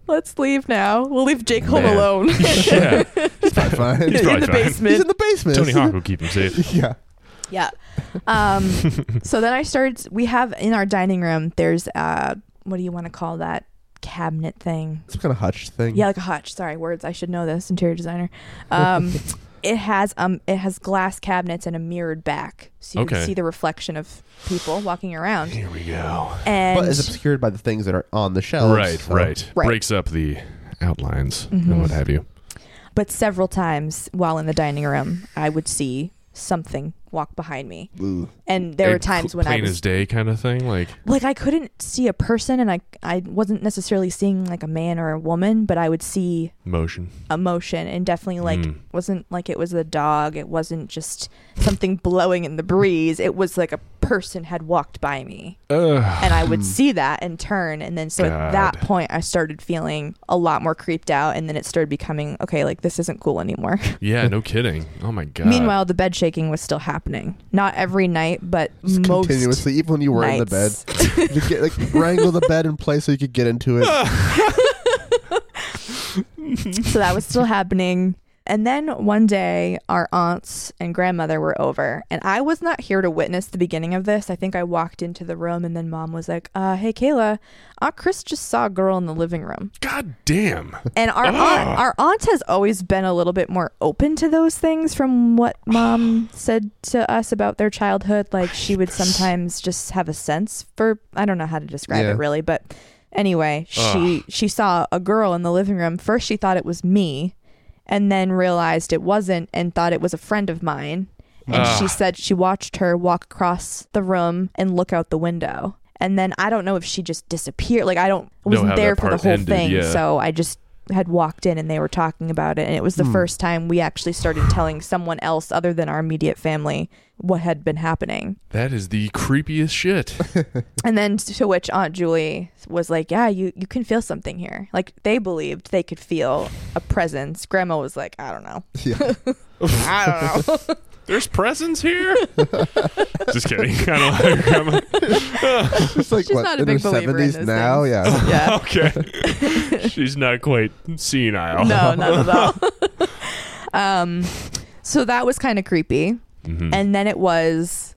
C: Let's leave now. We'll leave Jake home
A: Man.
C: alone
A: yeah.
B: He's probably fine.
A: He's
B: He's,
A: probably
C: in
A: fine.
C: the basement.
B: in the basement.
A: Tony Hawk will keep him safe.
B: yeah.
C: yeah. Um, so then I started. We have in our dining room. There's uh, what do you want to call that cabinet thing?
B: Some kind of hutch thing.
C: Yeah, like a hutch. Sorry, words. I should know this. Interior designer. Um, it has um, it has glass cabinets and a mirrored back, so you
A: Okay.
C: can see the reflection of people walking around.
A: Here we go.
C: And
B: But it's obscured by the things that are on the shelves.
A: right,
B: so-
A: right,
C: Right.
A: Breaks up the outlines
C: Mhm.
A: and what have you.
C: but several times while in the dining room, I would see something walk behind me,
B: Ooh.
C: and there
A: A
C: were times
A: pl-
C: when I
A: plain
C: was
A: as day kind of thing. Like
C: like I couldn't see a person and I I wasn't necessarily seeing like a man or a woman, but I would see
A: motion.
C: emotion and definitely like
A: Mm.
C: wasn't like it was a dog, it wasn't just something blowing in the breeze. It was like a person had walked by me
A: Ugh.
C: and I
B: Hmm.
C: would see that and turn and then so at that
A: God.
C: point I started feeling a lot more creeped out and then it started becoming okay, like this isn't cool anymore.
A: Yeah, no kidding. Oh my god.
C: Meanwhile, the bed shaking was still happening. Not every night, but
B: Just
C: most
B: continuously, even when you were in the bed,
C: nights.
B: you get, like wrangle the bed in place so you could get into it.
C: so that was still happening. And then one day, our aunts and grandmother were over, and I was not here to witness the beginning of this. I think I walked into the room, and then mom was like, uh, Hey, Kayla, Aunt Chris just saw a girl in the living room.
A: God damn.
C: And our,
A: Ah.
C: aunt, our aunt has always been a little bit more open to those things from what mom said to us about their childhood. Like, she would sometimes just have a sense for, I don't know how to describe
B: Yeah.
C: it really, but anyway,
A: Ah.
C: she, she saw a girl in the living room. First, she thought it was me and then realized it wasn't and thought it was a friend of mine. And
A: Ah.
C: she said she watched her walk across the room and look out the window. And then I don't know if she just disappeared. Like I don't I
A: Know
C: wasn't
A: how
C: there
A: that
C: for the
A: part
C: whole
A: ended,
C: thing.
A: yeah.
C: So I just had walked in and they were talking about it and it was the first time we actually started telling someone else other than our immediate family what had been happening.
A: That is the creepiest shit.
C: And then to which Aunt Julie was like, "Yeah, you you can feel something here." Like they believed they could feel a presence. Grandma was like, "I don't know."
B: Yeah.
A: I don't know. There's presents here. Just kidding. I don't know. Grandma.
B: It's like
C: She's
B: what
C: not a
B: in
C: big
B: her
C: believer in
B: seventies
C: those
B: now. Yeah.
C: things. Yeah.
A: Okay. She's not quite senile.
C: No, not at all. um, so that was kind of creepy,
A: Mhm.
C: and then it was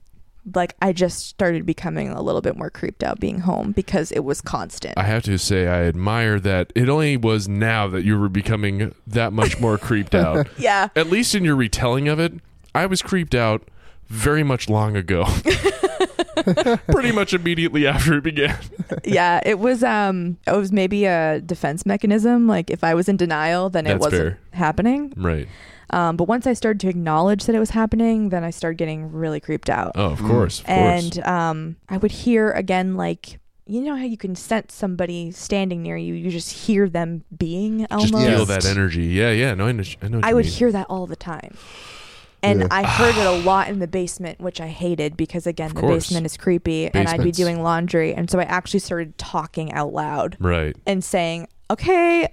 C: like I just started becoming a little bit more creeped out being home because it was constant.
A: I have to say, I admire that. It only was now that you were becoming that much more creeped out.
C: yeah,
A: At least in your retelling of it, I was creeped out very much long ago. Pretty much immediately after it began.
C: yeah, it was. Um, it was maybe a defense mechanism. Like if I was in denial, then it
A: That's
C: wasn't
A: fair.
C: happening.
A: Right.
C: Um, but once I started to acknowledge that it was happening, then I started getting really creeped out.
A: Oh, of course. Of course.
C: and um, I would hear again like you know how you can sense somebody standing near you, you just hear them being almost.
A: Just feel that energy. Yeah, yeah. No, I know. I, know what
C: I
A: you
C: would
A: mean.
C: hear that all the time. And
B: Yeah.
C: I heard it a lot in the basement, which I hated because again, the
A: course.
C: basement is creepy, and I'd be
A: Basements.
C: doing laundry, and so I actually started talking out loud
A: Right.
C: and saying, "Okay,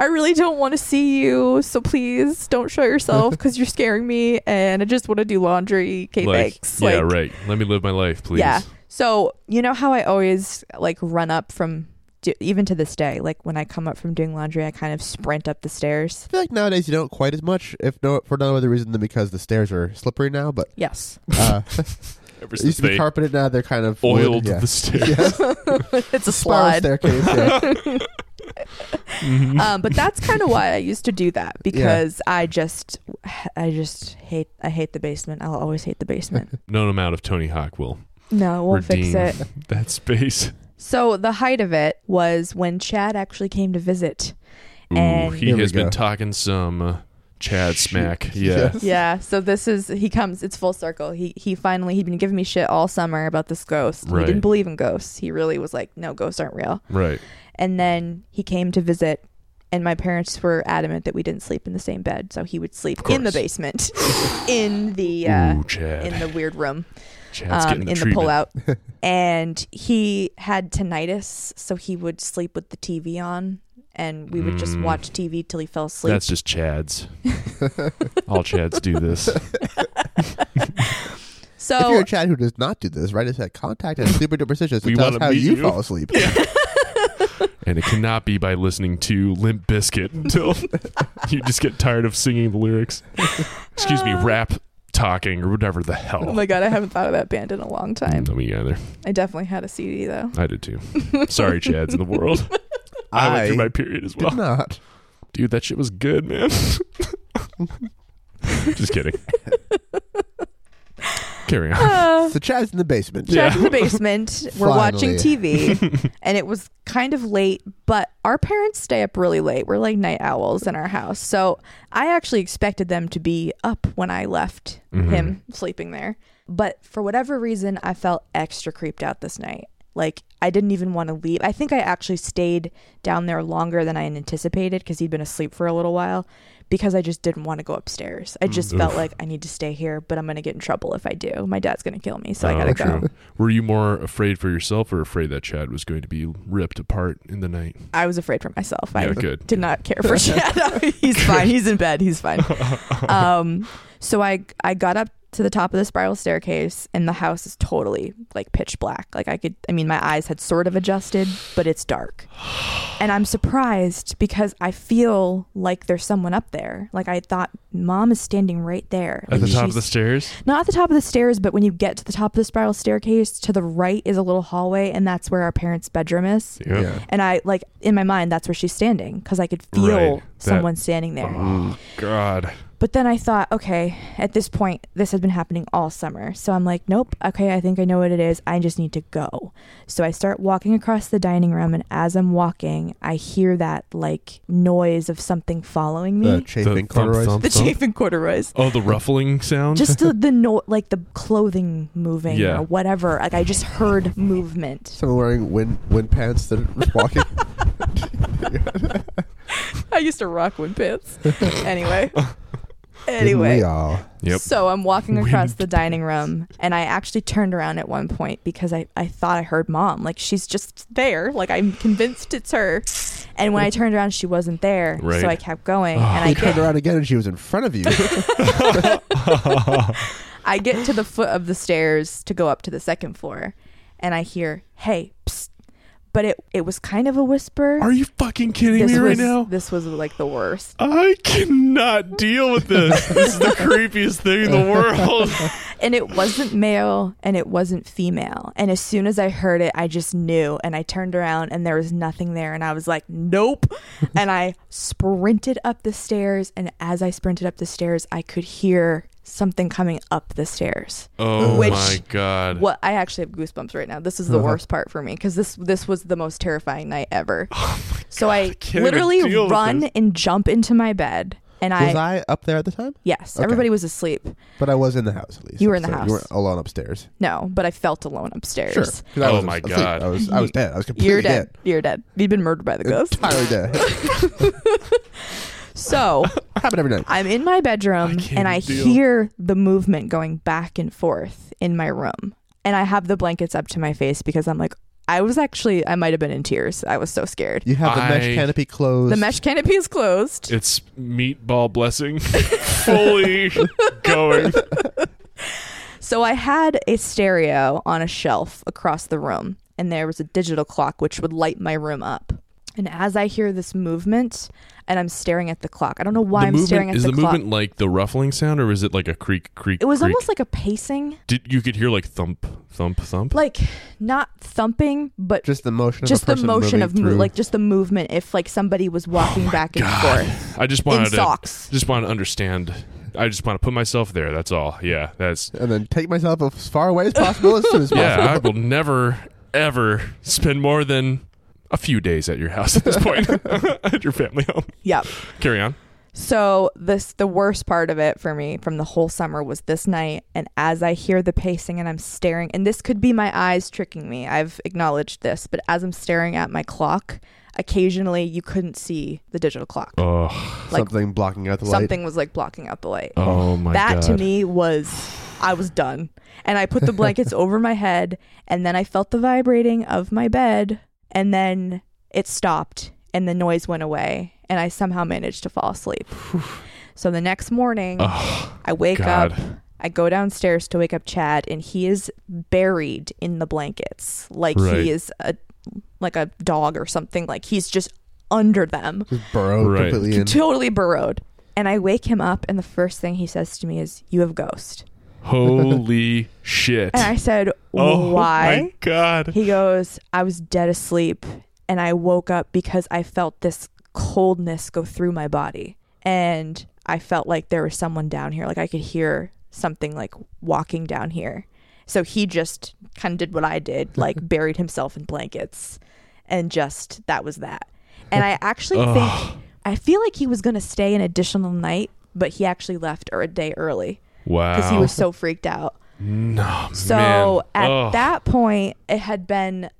C: I really don't want to see you, so please don't show yourself because you're scaring me, and I just want to do laundry." Okay,
A: like,
C: thanks.
A: yeah,
C: Like,
A: right. Let me live my life, please.
C: yeah. So you know how I always like run up from, do, even to this day, like when I come up from doing laundry, I kind of sprint up the stairs.
B: I feel like nowadays you don't quite as much, if no for no other reason than because the stairs are slippery now. But
C: Yes,
B: uh,
A: Ever
B: it
A: since
B: used to
A: they
B: be carpeted, now they're kind of wood,
A: oiled
B: yeah.
A: the stairs.
C: it's a
B: spiral
C: slide.
B: staircase. Yeah.
C: Um, but that's kind of why I used to do that because I just, I just hate, I hate the basement. I'll always hate the basement.
A: No amount of Tony Hawk will
C: No, it won't
A: redeem
C: fix it.
A: that space.
C: So the height of it was when Chad actually came to visit.
A: Ooh,
C: And-
A: he
B: Here we
A: has
B: go.
A: been talking some uh, Chad Smack. Yeah.
C: Yeah. So this is he comes. It's full circle. He he finally he'd been giving me shit all summer about this ghost. He
A: Right.
C: didn't believe in ghosts. He really was like, no, ghosts aren't real.
A: Right.
C: And then he came to visit, and my parents were adamant that we didn't sleep in the same bed. So he would sleep in the
A: course.
C: basement, in the uh,
A: Ooh, Chad.
C: in the weird room,
A: Chad's
C: um,
A: getting the
C: in the
A: treatment.
C: pullout. and he had tinnitus, so he would sleep with the TV on, and we would just
A: Mm.
C: watch TV till he fell asleep.
A: That's just Chad's. All Chads do this.
B: If
C: so
B: you're a Chad who does not do this, write us at contact at sleeperduperstitious
A: We
B: to tell us
A: wanna
B: how
A: meet
B: you,
A: you.
B: fall asleep.
A: And it cannot be by listening to Limp Biscuit until you just get tired of singing the lyrics. Excuse
C: Uh,
A: me, rap talking or whatever the
C: Oh
A: hell.
C: my god, I haven't thought of that band in a long time.
A: No, me either.
C: I definitely had a CD though.
A: I did too. Sorry, Chad's in the world. I, went through my period as well.
B: did not.
A: Dude, that shit was good, man. just kidding. Carry on.
C: Uh,
B: So Chad's in the basement.
A: Yeah.
C: Chad's in the basement. We're watching TV, and it was kind of late, but our parents stay up really late. We're like night owls in our house, so I actually expected them to be up when I left
A: Mhm.
C: him sleeping there. But for whatever reason, I felt extra creeped out this night. Like I didn't even want to leave. I think I actually stayed down there longer than I had anticipated because he'd been asleep for a little while. Because I just didn't want to go upstairs. I just
A: Mm.
C: felt
A: Oof.
C: like I need to stay here, but I'm gonna get in trouble if I do. My dad's gonna kill me, so I
A: Oh,
C: gotta go.
A: true. Were you more afraid for yourself or afraid that Chad was going to be ripped apart in the night?
C: I was afraid for myself. I
A: Yeah, good.
C: did not care for Chad. he's fine. He's in bed. He's fine. Um, so I I got up to the top of the spiral staircase, and the house is totally like pitch black. Like I could, I mean, my eyes had sort of adjusted, but it's dark. And I'm surprised because I feel like there's someone up there. Like I thought, mom is standing right there.
A: At
C: Like,
A: the top of
C: she's-
A: the stairs?
C: not at the top of the stairs, but when you get to the top of the spiral staircase, to the right is a little hallway, and that's where our parents' bedroom is.
A: Yeah.
C: And I like in my mind that's where she's standing because I could feel
A: Right. That-
C: someone standing there.
A: Oh, God.
C: But then I thought, okay, at this point this has been happening all summer. So I'm like, nope, okay, I think I know what it is. I just need to go. So I start walking across the dining room and as I'm walking, I hear that like noise of something following me.
B: The chafing
A: thump,
B: corduroys.
A: thump.
C: the chafing corduroys.
A: Oh, the ruffling sound?
C: Just the, the no like the clothing moving
A: Yeah.
C: or whatever. Like I just heard movement.
B: Someone wearing wind wind pants that are walking.
C: I used to rock wind pants. anyway.
B: Didn't
C: Anyway.
B: we all?
A: Yep.
C: So I'm walking across
A: Wind
C: the dining room and I actually turned around at one point because I, I thought I heard mom. Like she's just there. Like I'm convinced it's her. And when I turned around, she wasn't there.
A: Right.
C: So I kept going.
A: Oh.
C: and I
B: He turned
C: get,
B: around again and she was in front of you.
C: I get to the foot of the stairs to go up to the second floor and I hear, hey, psst. But it, it was kind of a whisper.
A: Are you fucking kidding
C: this
A: me right
C: was,
A: now?
C: This was like the worst.
A: I cannot deal with this. this is the creepiest thing in the world.
C: and it wasn't male and it wasn't female. And as soon as I heard it, I just knew. And I turned around and there was nothing there. And I was like, nope. and I sprinted up the stairs. And as I sprinted up the stairs, I could hear something coming up the stairs.
A: Oh
C: Which-
A: my god.
C: What I actually have goosebumps right now. This is the
B: Uh-huh.
C: worst part for me because this this was the most terrifying night ever. so I
A: can't even
C: literally
A: deal with
C: run
A: this.
C: and jump into my bed. And
B: was
C: I,
B: I up there at the time?
C: yes,
B: Okay.
C: everybody was asleep.
B: But I was in the house at least.
C: You were in the
B: So
C: house.
B: You were alone upstairs.
C: No, but I felt alone upstairs.
B: Sure. 'Cause I
A: Oh
B: was
A: my
B: asleep.
A: God.
B: I was I was dead. I was completely
C: You're dead. You're dead. You've been murdered by the ghost.
B: Entirely dead.
C: So
B: Happened every night.
C: I'm in my bedroom
A: I can't
C: and I
A: deal.
C: hear the movement going back and forth in my room. And I have the blankets up to my face because I'm like, I was actually, I might have been in tears. I was so scared.
B: You have the
A: I-
B: mesh canopy closed.
C: The mesh canopy is closed.
A: It's meatball blessing fully going.
C: So I had a stereo on a shelf across the room, and there was a digital clock which would light my room up. And as I hear this movement, and I'm staring at the clock, I don't know why
A: the
C: I'm
A: movement,
C: staring at
A: is
C: the,
A: the,
C: clock.
A: movement like the ruffling sound or is it like a creak creak?
C: it was
A: creak?
C: almost like a pacing,
A: Did you could hear like thump thump thump?
C: like not thumping, but
B: just the motion.
C: just
B: of
C: the
B: a person
C: motion
B: moving
C: of mo-
B: through.
C: like just the movement if like somebody was walking back and forth
A: I just
C: in
A: wanted to
C: socks
A: just want to understand. I just want to put myself there. That's all. Yeah, that's
B: and then take myself as far away as possible as soon as possible.
A: yeah. I will never ever spend more than a few days at your house at this point at your family home.
C: yep
A: Carry on.
C: So this the worst part of it for me from the whole summer was this night and as I hear the pacing and I'm staring and this could be my eyes tricking me. I've acknowledged this, but as I'm staring at my clock, occasionally you couldn't see the digital clock.
A: Oh,
C: Like-
B: something blocking out the light.
C: Something was like blocking out the light.
A: oh my
C: that
A: god.
C: to me was I was done. And I put the blankets over my head and then I felt the vibrating of my bed and then it stopped and the noise went away and I somehow managed to fall asleep. so the next morning
A: Oh,
C: I wake
A: God.
C: up I go downstairs to wake up Chad and he is buried in the blankets like
A: Right.
C: he is a like a dog or something like he's just under them
B: Just burrowed
A: Right.
B: completely in.
C: totally burrowed. And I wake him up, and the first thing he says to me is, "You have ghost."
A: Holy shit.
C: And I said,
A: oh my
C: "Why?"
A: god.
C: He goes, "I was dead asleep, and I woke up because I felt this coldness go through my body, and I felt like there was someone down here, like I could hear something like walking down here." So he just kind of did what I did, like buried himself in blankets, and just that was that. And I actually
A: Ugh.
C: think I feel like he was going to stay an additional night, but he actually left or a day early
A: Wow.
C: because he was so freaked out.
A: no,
C: So
A: man.
C: at
A: Ugh.
C: that point, it had been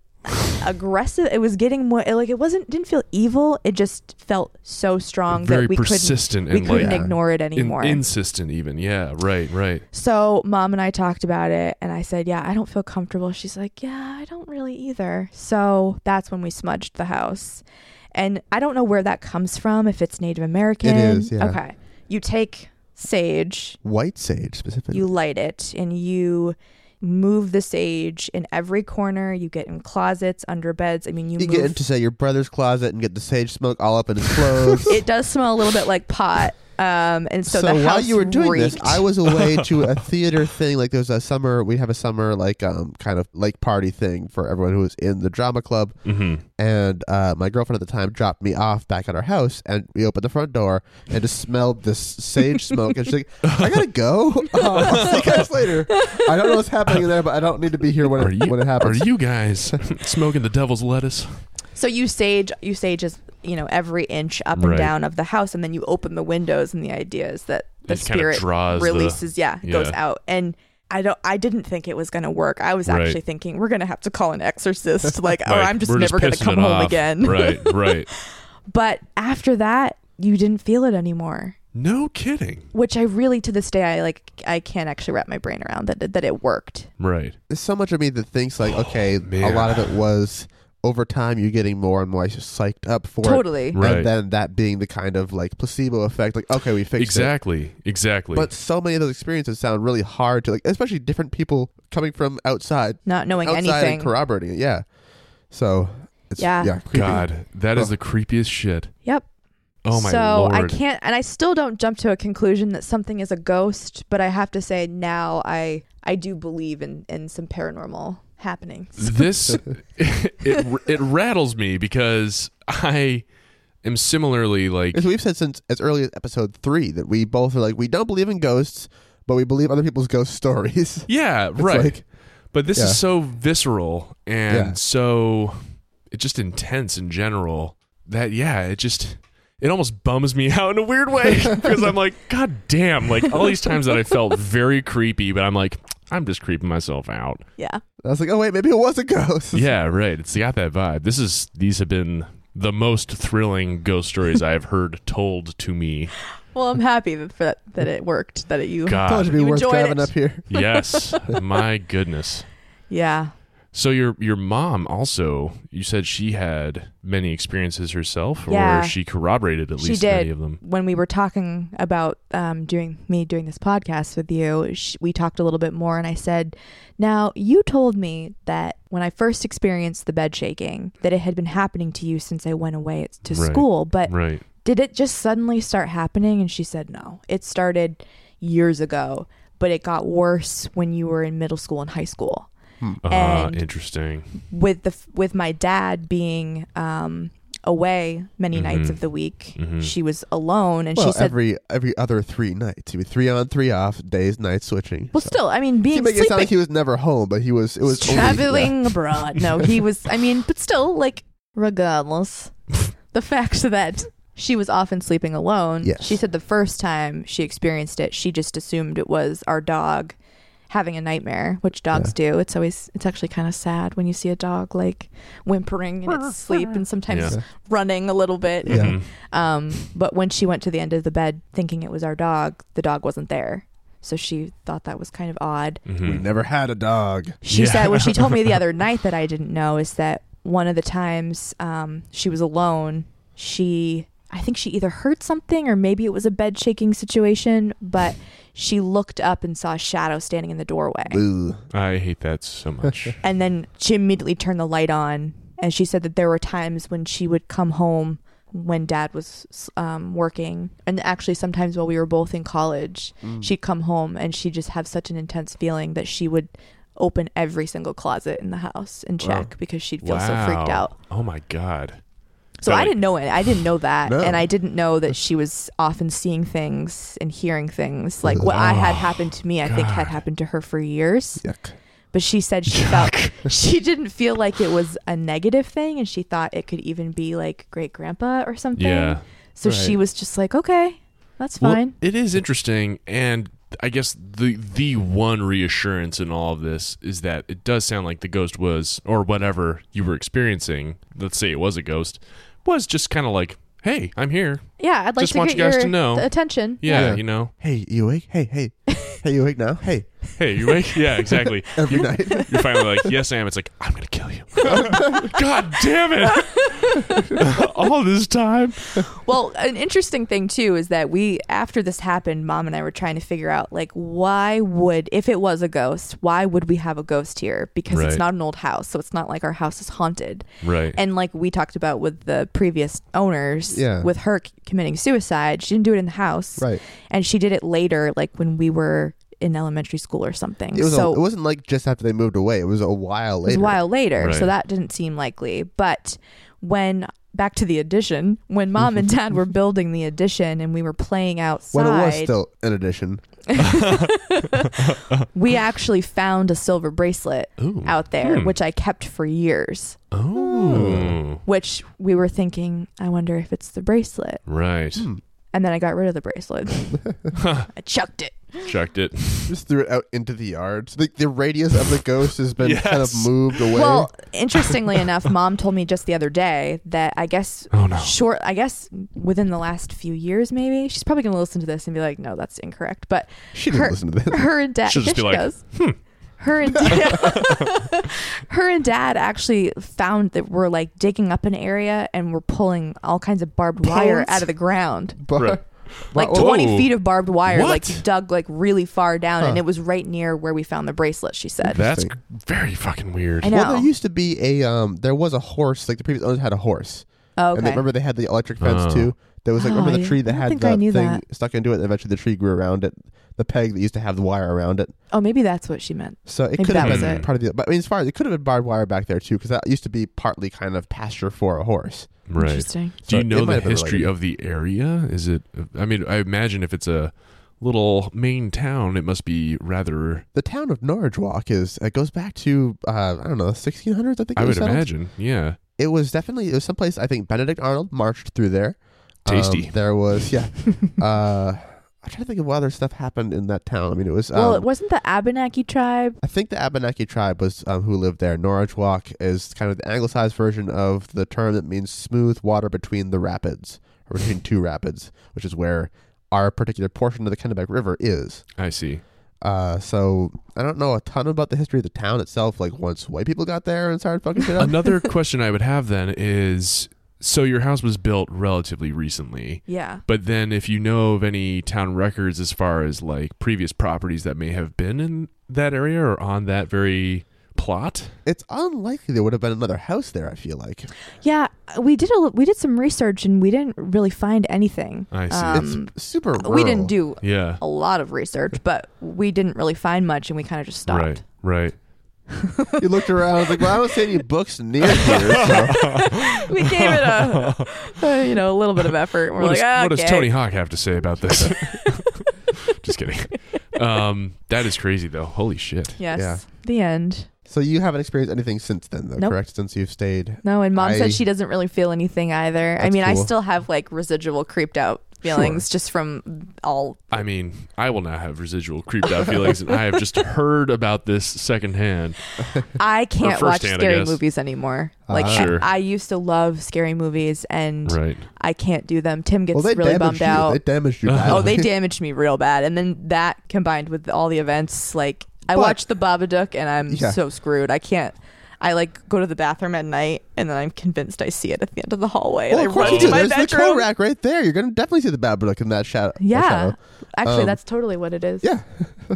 C: aggressive. It was getting more like it wasn't didn't feel evil. It just felt so strong
A: Very
C: that we
A: persistent
C: couldn't
A: and,
C: we couldn't
A: like,
C: ignore it
A: In-
C: anymore.
A: insistent even. Yeah, right, right.
C: So mom and I talked about it, and I said, "Yeah, I don't feel comfortable." She's like, "Yeah, I don't really either." So that's when we smudged the house, and I don't know where that comes from. If it's Native American,
B: is, yeah.
C: Okay, you take sage,
B: White sage specifically.
C: you light it, and you move the sage in every corner. You get in closets, under beds. I mean, you,
B: You
C: move.
B: get into say your brother's closet and get the sage smoke all up in his clothes.
C: it does smell a little bit like pot. Um, and so,
B: so
C: the
B: while
C: house
B: you were doing this,
C: reeked.
B: I was away to a theater thing. Like there was a summer, we have a summer like um kind of lake party thing for everyone who was in the drama club.
A: Mhm.
B: And uh, my girlfriend at the time dropped me off back at our house, and we opened the front door and just smelled this sage smoke. And she's like, "I gotta go. Uh, I'll see you guys later. I don't know what's happening there, but I don't need to be here when
A: Are
B: it,
A: you
B: when it
A: are
B: happens."
A: you guys smoking the devil's lettuce?
C: So you sage you sage is you know every inch up
A: Right.
C: and down of the house, and then you open the windows, and the idea is that the
A: It kinda
C: spirit
A: draws the-
C: releases. yeah, it goes
A: yeah.
C: out, and I don't. I didn't think it was going to work. I was
A: Right.
C: actually thinking we're going to have to call an exorcist. Like, oh,
A: Like,
C: I'm just
A: we're
C: never going to
A: pissing
C: come
A: it
C: home
A: off.
C: again.
A: right, right.
C: But after that, you didn't feel it anymore,
A: No kidding.
C: which I really to this day I like. I can't actually wrap my brain around that that it worked.
A: Right.
B: There's so much of me that thinks like, okay, a
A: Oh, man.
B: lot of it was over time you getting more and more psyched up for it.
C: Totally.
A: Right.
B: and then that being the kind of like placebo effect like okay we fixed it
A: Exactly. Exactly.
B: but so many of those experiences sound really hard to like especially different people coming from outside
C: Not knowing
B: outside and
C: anything.
B: corroborating it yeah so it's
C: Yeah.
B: yeah, creepy.
A: God, that is the
B: Ugh.
A: creepiest shit.
C: Yep.
A: Oh my
C: so
A: lord.
C: I can't, and I still don't jump to a conclusion that something is a ghost. But I have to say now, I I do believe in in some paranormal happenings.
A: this it it rattles me because I am similarly like
B: as we've said since as early as episode three that we both are like we don't believe in ghosts but we believe other people's ghost stories
A: yeah right
B: like-
A: but this
B: yeah.
A: is so visceral and
B: Yeah.
A: so it just intense in general that yeah it just it almost bums me out in a weird way because I'm like god damn like all these times that I felt very creepy but I'm like I'm just creeping myself out
C: Yeah,
B: i was like oh wait maybe it was a ghost
A: yeah right it's got that vibe this is these have been the most thrilling ghost stories I've heard told to me
C: well, I'm happy that that, that it worked. That it, you,
A: god
B: Thought it'd be
C: You
B: worth
C: enjoyed
B: driving
C: it.
B: up here
A: yes my goodness
C: yeah,
A: so your your mom also you said she had many experiences herself or
C: Yeah.
A: she corroborated at
C: She
A: least
C: did.
A: many of them
C: when we were talking about um, doing me doing this podcast with you, sh- we talked a little bit more, and I said, "Now you told me that when I first experienced the bed shaking, that it had been happening to you since I went away to
A: Right.
C: school, but
A: right
C: did it just suddenly start happening? And she said, no, it started years ago, but it got worse when you were in middle school and high school.
A: ah
C: And-
A: interesting
C: With the f- with my dad being um, away many nights
A: Mhm.
C: of the week,
A: Mhm.
C: she was alone, and she
B: well
C: said,
B: every every other three nights It'd be three on three off days nights switching
C: well,
B: so.
C: still, I mean,
B: He
C: being
B: make it sound like
C: sleeping,
B: he was never home, but he was. It was only-
C: traveling abroad. No, he was. I mean, but still, like regardless, the fact that she was often sleeping alone.
B: Yes.
C: She said the first time she experienced it, she just assumed it was our dog having a nightmare, which dogs do. It's always it's actually kind of sad when you see a dog like whimpering in its sleep and sometimes
B: Yeah.
C: running a little bit.
B: Yeah.
A: Mhm.
C: Um, but when she went to the end of the bed thinking it was our dog, the dog wasn't there. So she thought that was kind of odd.
B: We
A: Mhm.
B: never had a dog.
C: She
A: Yeah.
C: said what she told me the other night that I didn't know is that one of the times um, she was alone, she I think she either heard something or maybe it was a bed shaking situation, but she looked up and saw a shadow standing in the doorway.
B: Boo.
A: I hate that so much.
C: And then she immediately turned the light on. And she said that there were times when she would come home when dad was um, working. And actually, sometimes while we were both in college, she'd come home and she'd just have such an intense feeling that she would open every single closet in the house and
A: Wow.
C: check because she'd feel so freaked out.
A: Oh my god.
C: So
A: So,
C: I
A: like-
C: didn't know it. I didn't know that.
B: No.
C: And I didn't know that she was often seeing things and hearing things. Like what I had happened to me, I think had
A: God.
C: happened to her for years
B: Yuck.
C: but she said she felt she didn't feel like it was a negative thing and she thought it could even be like great grandpa or something
A: Yeah.
C: so she
B: Right.
C: was just like okay that's
A: Well,
C: fine
A: it is interesting, and I guess the the one reassurance in all of this is that it does sound like the ghost was, or whatever you were experiencing. Let's say it was a ghost, was just kind of like, "Hey, I'm here."
C: yeah i'd like
A: just
C: to
A: want
C: get
A: you guys
C: your
A: to know.
C: th- attention
A: Yeah,
B: Yeah.
A: you know,
B: Hey, you awake? Hey, hey. hey, you awake now? Hey.
A: hey, you awake? yeah, exactly.
B: Every night.
A: You're finally like, "Yes, I am." It's like, "I'm gonna kill you." God damn it! all this time.
C: well an interesting thing too is that we after this happened mom and i were trying to figure out like why would if it was a ghost why would we have a ghost here because
A: Right.
C: it's not an old house so it's not like our house is haunted
A: Right.
C: and like we talked about with the previous owners
B: Yeah.
C: with her c- committing suicide she didn't do it in the house
B: Right.
C: and she did it later like when we were in elementary school or something
B: It was.
C: so
B: a, it wasn't like just after they moved away. It was a while
C: it was
B: later.
C: a while later so
A: Right.
C: that didn't seem likely but when back to the addition when mom and dad were building the addition and we were playing outside
B: When it was still an addition.
C: we actually found a silver bracelet
A: Ooh.
C: out there
A: Hmm.
C: which i kept for years
B: Hmm.
A: Oh.
C: which we were thinking i wonder if it's the bracelet
A: Right.
B: Hmm.
C: and then i got rid of the bracelet i chucked it
A: Checked it.
B: Just threw it out into the yard. So the, the radius of the ghost has been kind of
A: Yes.
B: moved away.
C: Well, interestingly enough, mom told me just the other day that I guess
A: Oh, no.
C: short I guess within the last few years maybe. She's probably going to listen to this and be like, "No, that's incorrect." But
B: she didn't
C: her-
B: listen to this.
C: her and dad
A: She'll just
C: yeah,
A: be like, "Hmm."
C: does. Her and dad, her and dad actually found that we're like digging up an area and we're pulling all kinds of barbed wire
A: Bones?
C: out of the ground.
B: But,
A: Right.
B: but- oh,
C: Like 20
A: Whoa.
C: feet of barbed wire,
A: What?
C: like dug like really far down, and
B: Huh.
C: it was right near where we found the bracelet. She said,
A: That's
B: Interesting.
A: very fucking weird.
C: I know.
B: Well, there used to be a um. There was a horse. Like the previous owners had a horse,
C: oh,
B: and they,
C: "Okay,
B: remember they had the electric fence
A: Oh.
B: too. There was like
C: Oh,
B: remember the
C: I-
B: tree that
C: I don't
B: had
C: think I
B: the
C: knew
B: thing
C: that.
B: stuck into it. And eventually, the tree grew around it. The peg that used to have the wire around it.
C: oh, maybe that's what she meant."
B: So it
C: Maybe
B: could
C: that
B: have
A: was
B: been
A: it.
B: part of the. But I mean, as far as it could have been barbed wire back there too, because that used to be partly kind of pasture for a horse.
A: Right.
C: Interesting.
A: Do
B: So
A: you
B: it
A: know
B: might
A: the
B: have been
A: history
B: related.
A: of the area? Is it? I mean, I imagine if it's a little main town, it must be rather.
B: The town of Norwich Walk is it goes back to uh, I don't know 1600s. I think it
A: I would
B: was settled.
A: imagine, yeah.
B: It was definitely it was someplace I think Benedict Arnold marched through there. Um,
A: Tasty.
B: there was yeah. uh, I'm trying to think of what other stuff happened in that town. I mean, it was. Um,
C: Well, it wasn't the Abenaki tribe.
B: I think the Abenaki tribe was um, who lived there. Norwich Walk is kind of the anglicized version of the term that means smooth water between the rapids, or between two rapids, which is where our particular portion of the Kennebec River is.
A: I see.
B: Uh, so I don't know a ton about the history of the town itself. Like once white people got there and started fucking shit up.
A: Another question I would have then is: so your house was built relatively recently,
C: Yeah.
A: but then if you know of any town records as far as like previous properties that may have been in that area or on that very plot,
B: it's unlikely there would have been another house there. I feel like
C: Yeah, we did a li- we did some research and we didn't really find anything.
A: I see.
C: Um,
B: it's super. Rural.
C: we didn't do
A: yeah,
C: a lot of research, but we didn't really find much and we kind of just stopped.
A: right, right.
B: You looked around. I was like, well, I don't see any books near here. So.
C: We gave it a, a, you know, a little bit of effort. We're
A: what,
C: like,
A: does,
C: ah,
A: what does
C: okay.
A: Tony Hawk have to say about this? Just kidding. Um, that is crazy, though. Holy shit.
C: Yes.
B: Yeah.
C: The end.
B: So you haven't experienced anything since then, though,
C: Nope.
B: correct? Since you've stayed.
C: No, and mom
B: I-
C: said she doesn't really feel anything either. I
B: That's
C: mean, I
B: cool.
C: still have like residual creeped out feelings just from all.
A: I mean, I will now have residual creeped out feelings, and I have just heard about this secondhand.
C: I can't watch
A: firsthand, I
C: scary
A: guess.
C: movies anymore. Like
B: Ah.
A: Sure.
C: I, I used to love scary movies, and
A: Right.
C: I can't do them. Tim gets
B: well, they
C: really
B: damaged
C: bummed
B: you.
C: out.
B: They damaged you.
C: oh,
B: badly.
C: they damaged me real bad. And then that combined with all the events, like I
B: But-
C: watched the Babadook and I'm
B: Yeah.
C: so screwed. I can't. I like go to the bathroom at night and then I'm convinced I see it at the end of the hallway.
B: Well,
C: and
B: of
C: I
B: course
C: run
B: you
C: to
B: do.
C: my
B: There's the
C: bedroom.
B: coat rack right there. You're gonna definitely see the bad look in that shadow.
C: Yeah.
B: shadow.
C: Actually,
B: Um,
C: that's totally what it is.
B: Yeah.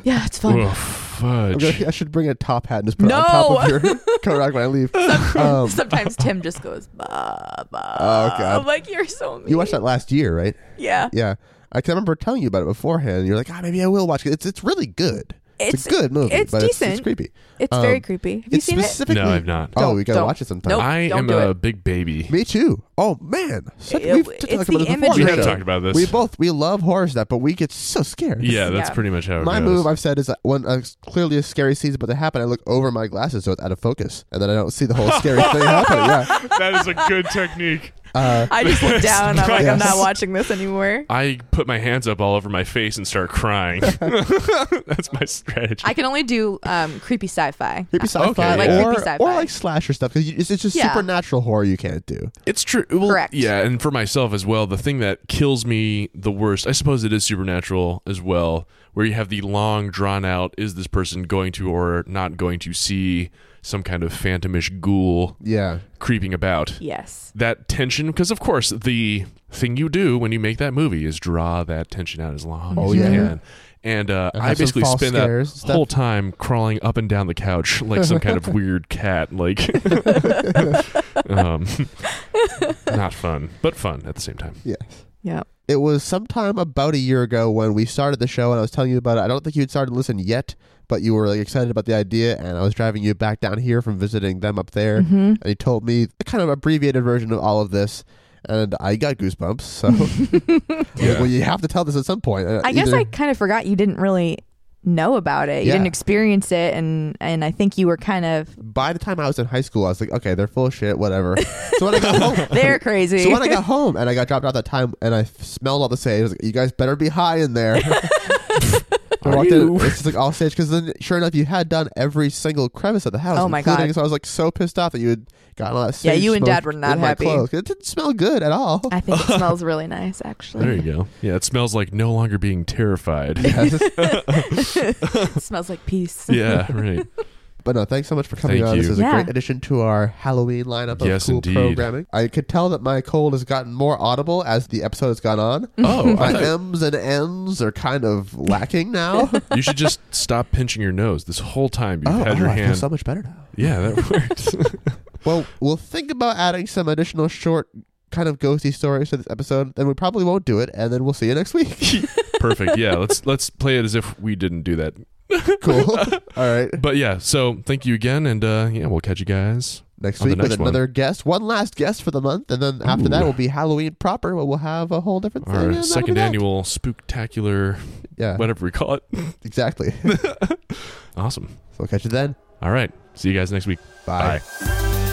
C: Yeah, it's fun.
A: Oh,
B: I'm
A: fudge.
B: gonna, I should bring a top hat and just put it on top of
C: No!
B: your coat rack when I leave. Um,
C: Sometimes Tim just goes, bah, bah.
B: Oh, God.
C: I'm like, you're so mean.
B: you watched that last year, right?
C: Yeah.
B: Yeah. I can remember telling you about it beforehand. and You're like, ah, maybe I will watch it. It's it's really good. It's,
C: It's-
B: a good movie.
C: it's
B: but It's,
C: decent.
B: it's creepy.
C: It's
B: Um,
C: very creepy. Have you
B: it's
C: seen it?
B: specifically.
A: No, I've not.
B: Oh,
C: Don't-
B: we gotta
C: don't.
B: watch it sometime.
C: Nope.
A: I
C: don't
A: am
C: do
A: a
C: it.
A: big baby.
B: Me too. Oh man, Such-
C: It-
B: we've
C: it's
B: talked about
C: the
B: this before.
C: imagery.
A: We
B: on
A: have
B: the show.
A: talked about this.
B: We both we love horror stuff, but we get so scared.
A: yeah, oh, that's
C: Yeah.
A: pretty much how it
B: My
A: goes.
B: move, I've said, is that when uh, clearly a scary scene's about to happen, I look over my glasses so it's out of focus, and then I don't see the whole scary thing happening. Yeah.
A: that is a good technique.
B: Uh,
C: I just look down. and I'm like, I'm
B: Yes.
C: not watching this anymore.
A: I put my hands up all over my face and start crying. that's my strategy.
C: I can only do um, creepy sci-fi.
B: creepy sci-fi,
A: Okay, yeah.
B: or,
C: Like creepy sci-fi.
B: or like slasher stuff because it's, it's just
C: Yeah.
B: supernatural horror you can't do.
A: It's true. Well,
C: Correct.
A: Yeah, and for myself as well, the thing that kills me the worst, I suppose it is supernatural as well, where you have the long drawn out is this person going to or not going to see some kind of phantomish ghoul
B: Yeah,
A: creeping about.
C: Yes.
A: That tension, because of course, the thing you do when you make that movie is draw that tension out as long
B: Oh,
A: as you
B: yeah.
A: can. And uh,
B: And
A: I
B: have some
A: basically
B: false
A: spend
B: scares and
A: that
B: stuff.
A: whole time crawling up and down the couch like some kind of weird cat. Like, um, not fun, but fun at the same time.
B: yes.
C: Yeah.
B: It was sometime about a year ago when we started the show, and I was telling you about it. I don't think you had started to listen yet, but you were like excited about the idea, and I was driving you back down here from visiting them up there, and you told me a kind of abbreviated version of all of this, and I got goosebumps. So, I was like,
A: Yeah.
B: well, you have to tell this at some point. Uh,
C: I guess I kind of forgot you didn't really know about it. You
B: Yeah.
C: didn't experience it, and and I think you were kind of
B: by the time I was in high school, I was like, okay, they're full of shit, whatever. So when I got home,
C: they're crazy.
B: So when I got home and I got dropped out that time and I f- smelled all the sage, I was like, you guys better be high in there. I
A: Are
B: walked in,
A: you?
B: it's just like all sage because then, sure enough, you had done every single crevice of the house.
C: Oh my
B: including-
C: God.
B: So I was like so pissed off that you had gotten all that
C: Yeah,
B: sage.
C: you and
B: smoke
C: Dad were not
B: in my
C: happy.
B: clothes. It didn't smell good at all.
C: I think it smells really nice,
A: There
C: actually.
A: you go. Yeah, it smells like no longer being terrified.
B: Yes.
C: It smells like peace.
A: yeah, right.
B: But no, thanks so much for coming
A: Thank
B: on. This
A: you.
B: is
C: Yeah.
B: a great addition to our Halloween lineup of
A: Yes,
B: cool
A: indeed.
B: programming. I could tell that my cold has gotten more audible as the episode has gone on.
A: Oh, I
B: My
A: thought-
B: M's and N's are kind of lacking now. Oh,
A: you should just stop pinching your nose this whole time. You've had your
B: I feel
A: hand.
B: so much better now.
A: yeah, that worked.
B: Well, we'll think about adding some additional short, kind of ghosty stories to this episode. Then we probably won't do it, and then we'll see you next week.
A: Perfect. Yeah, let's let's play it as if we didn't do that.
B: cool. All right.
A: But yeah, so thank you again, and uh, yeah, we'll catch you guys
B: Next
A: On the
B: week with
A: next one.
B: another guest, one last guest for the month, and then after that will be Halloween proper, where we'll have a whole different thing.
A: our
B: and that'll be
A: second
B: that.
A: annual spooktacular,
B: Yeah,
A: whatever we call it.
B: exactly. so
A: Awesome.
B: we'll catch you then.
A: All right. See you guys next week.
B: Bye.
A: Bye.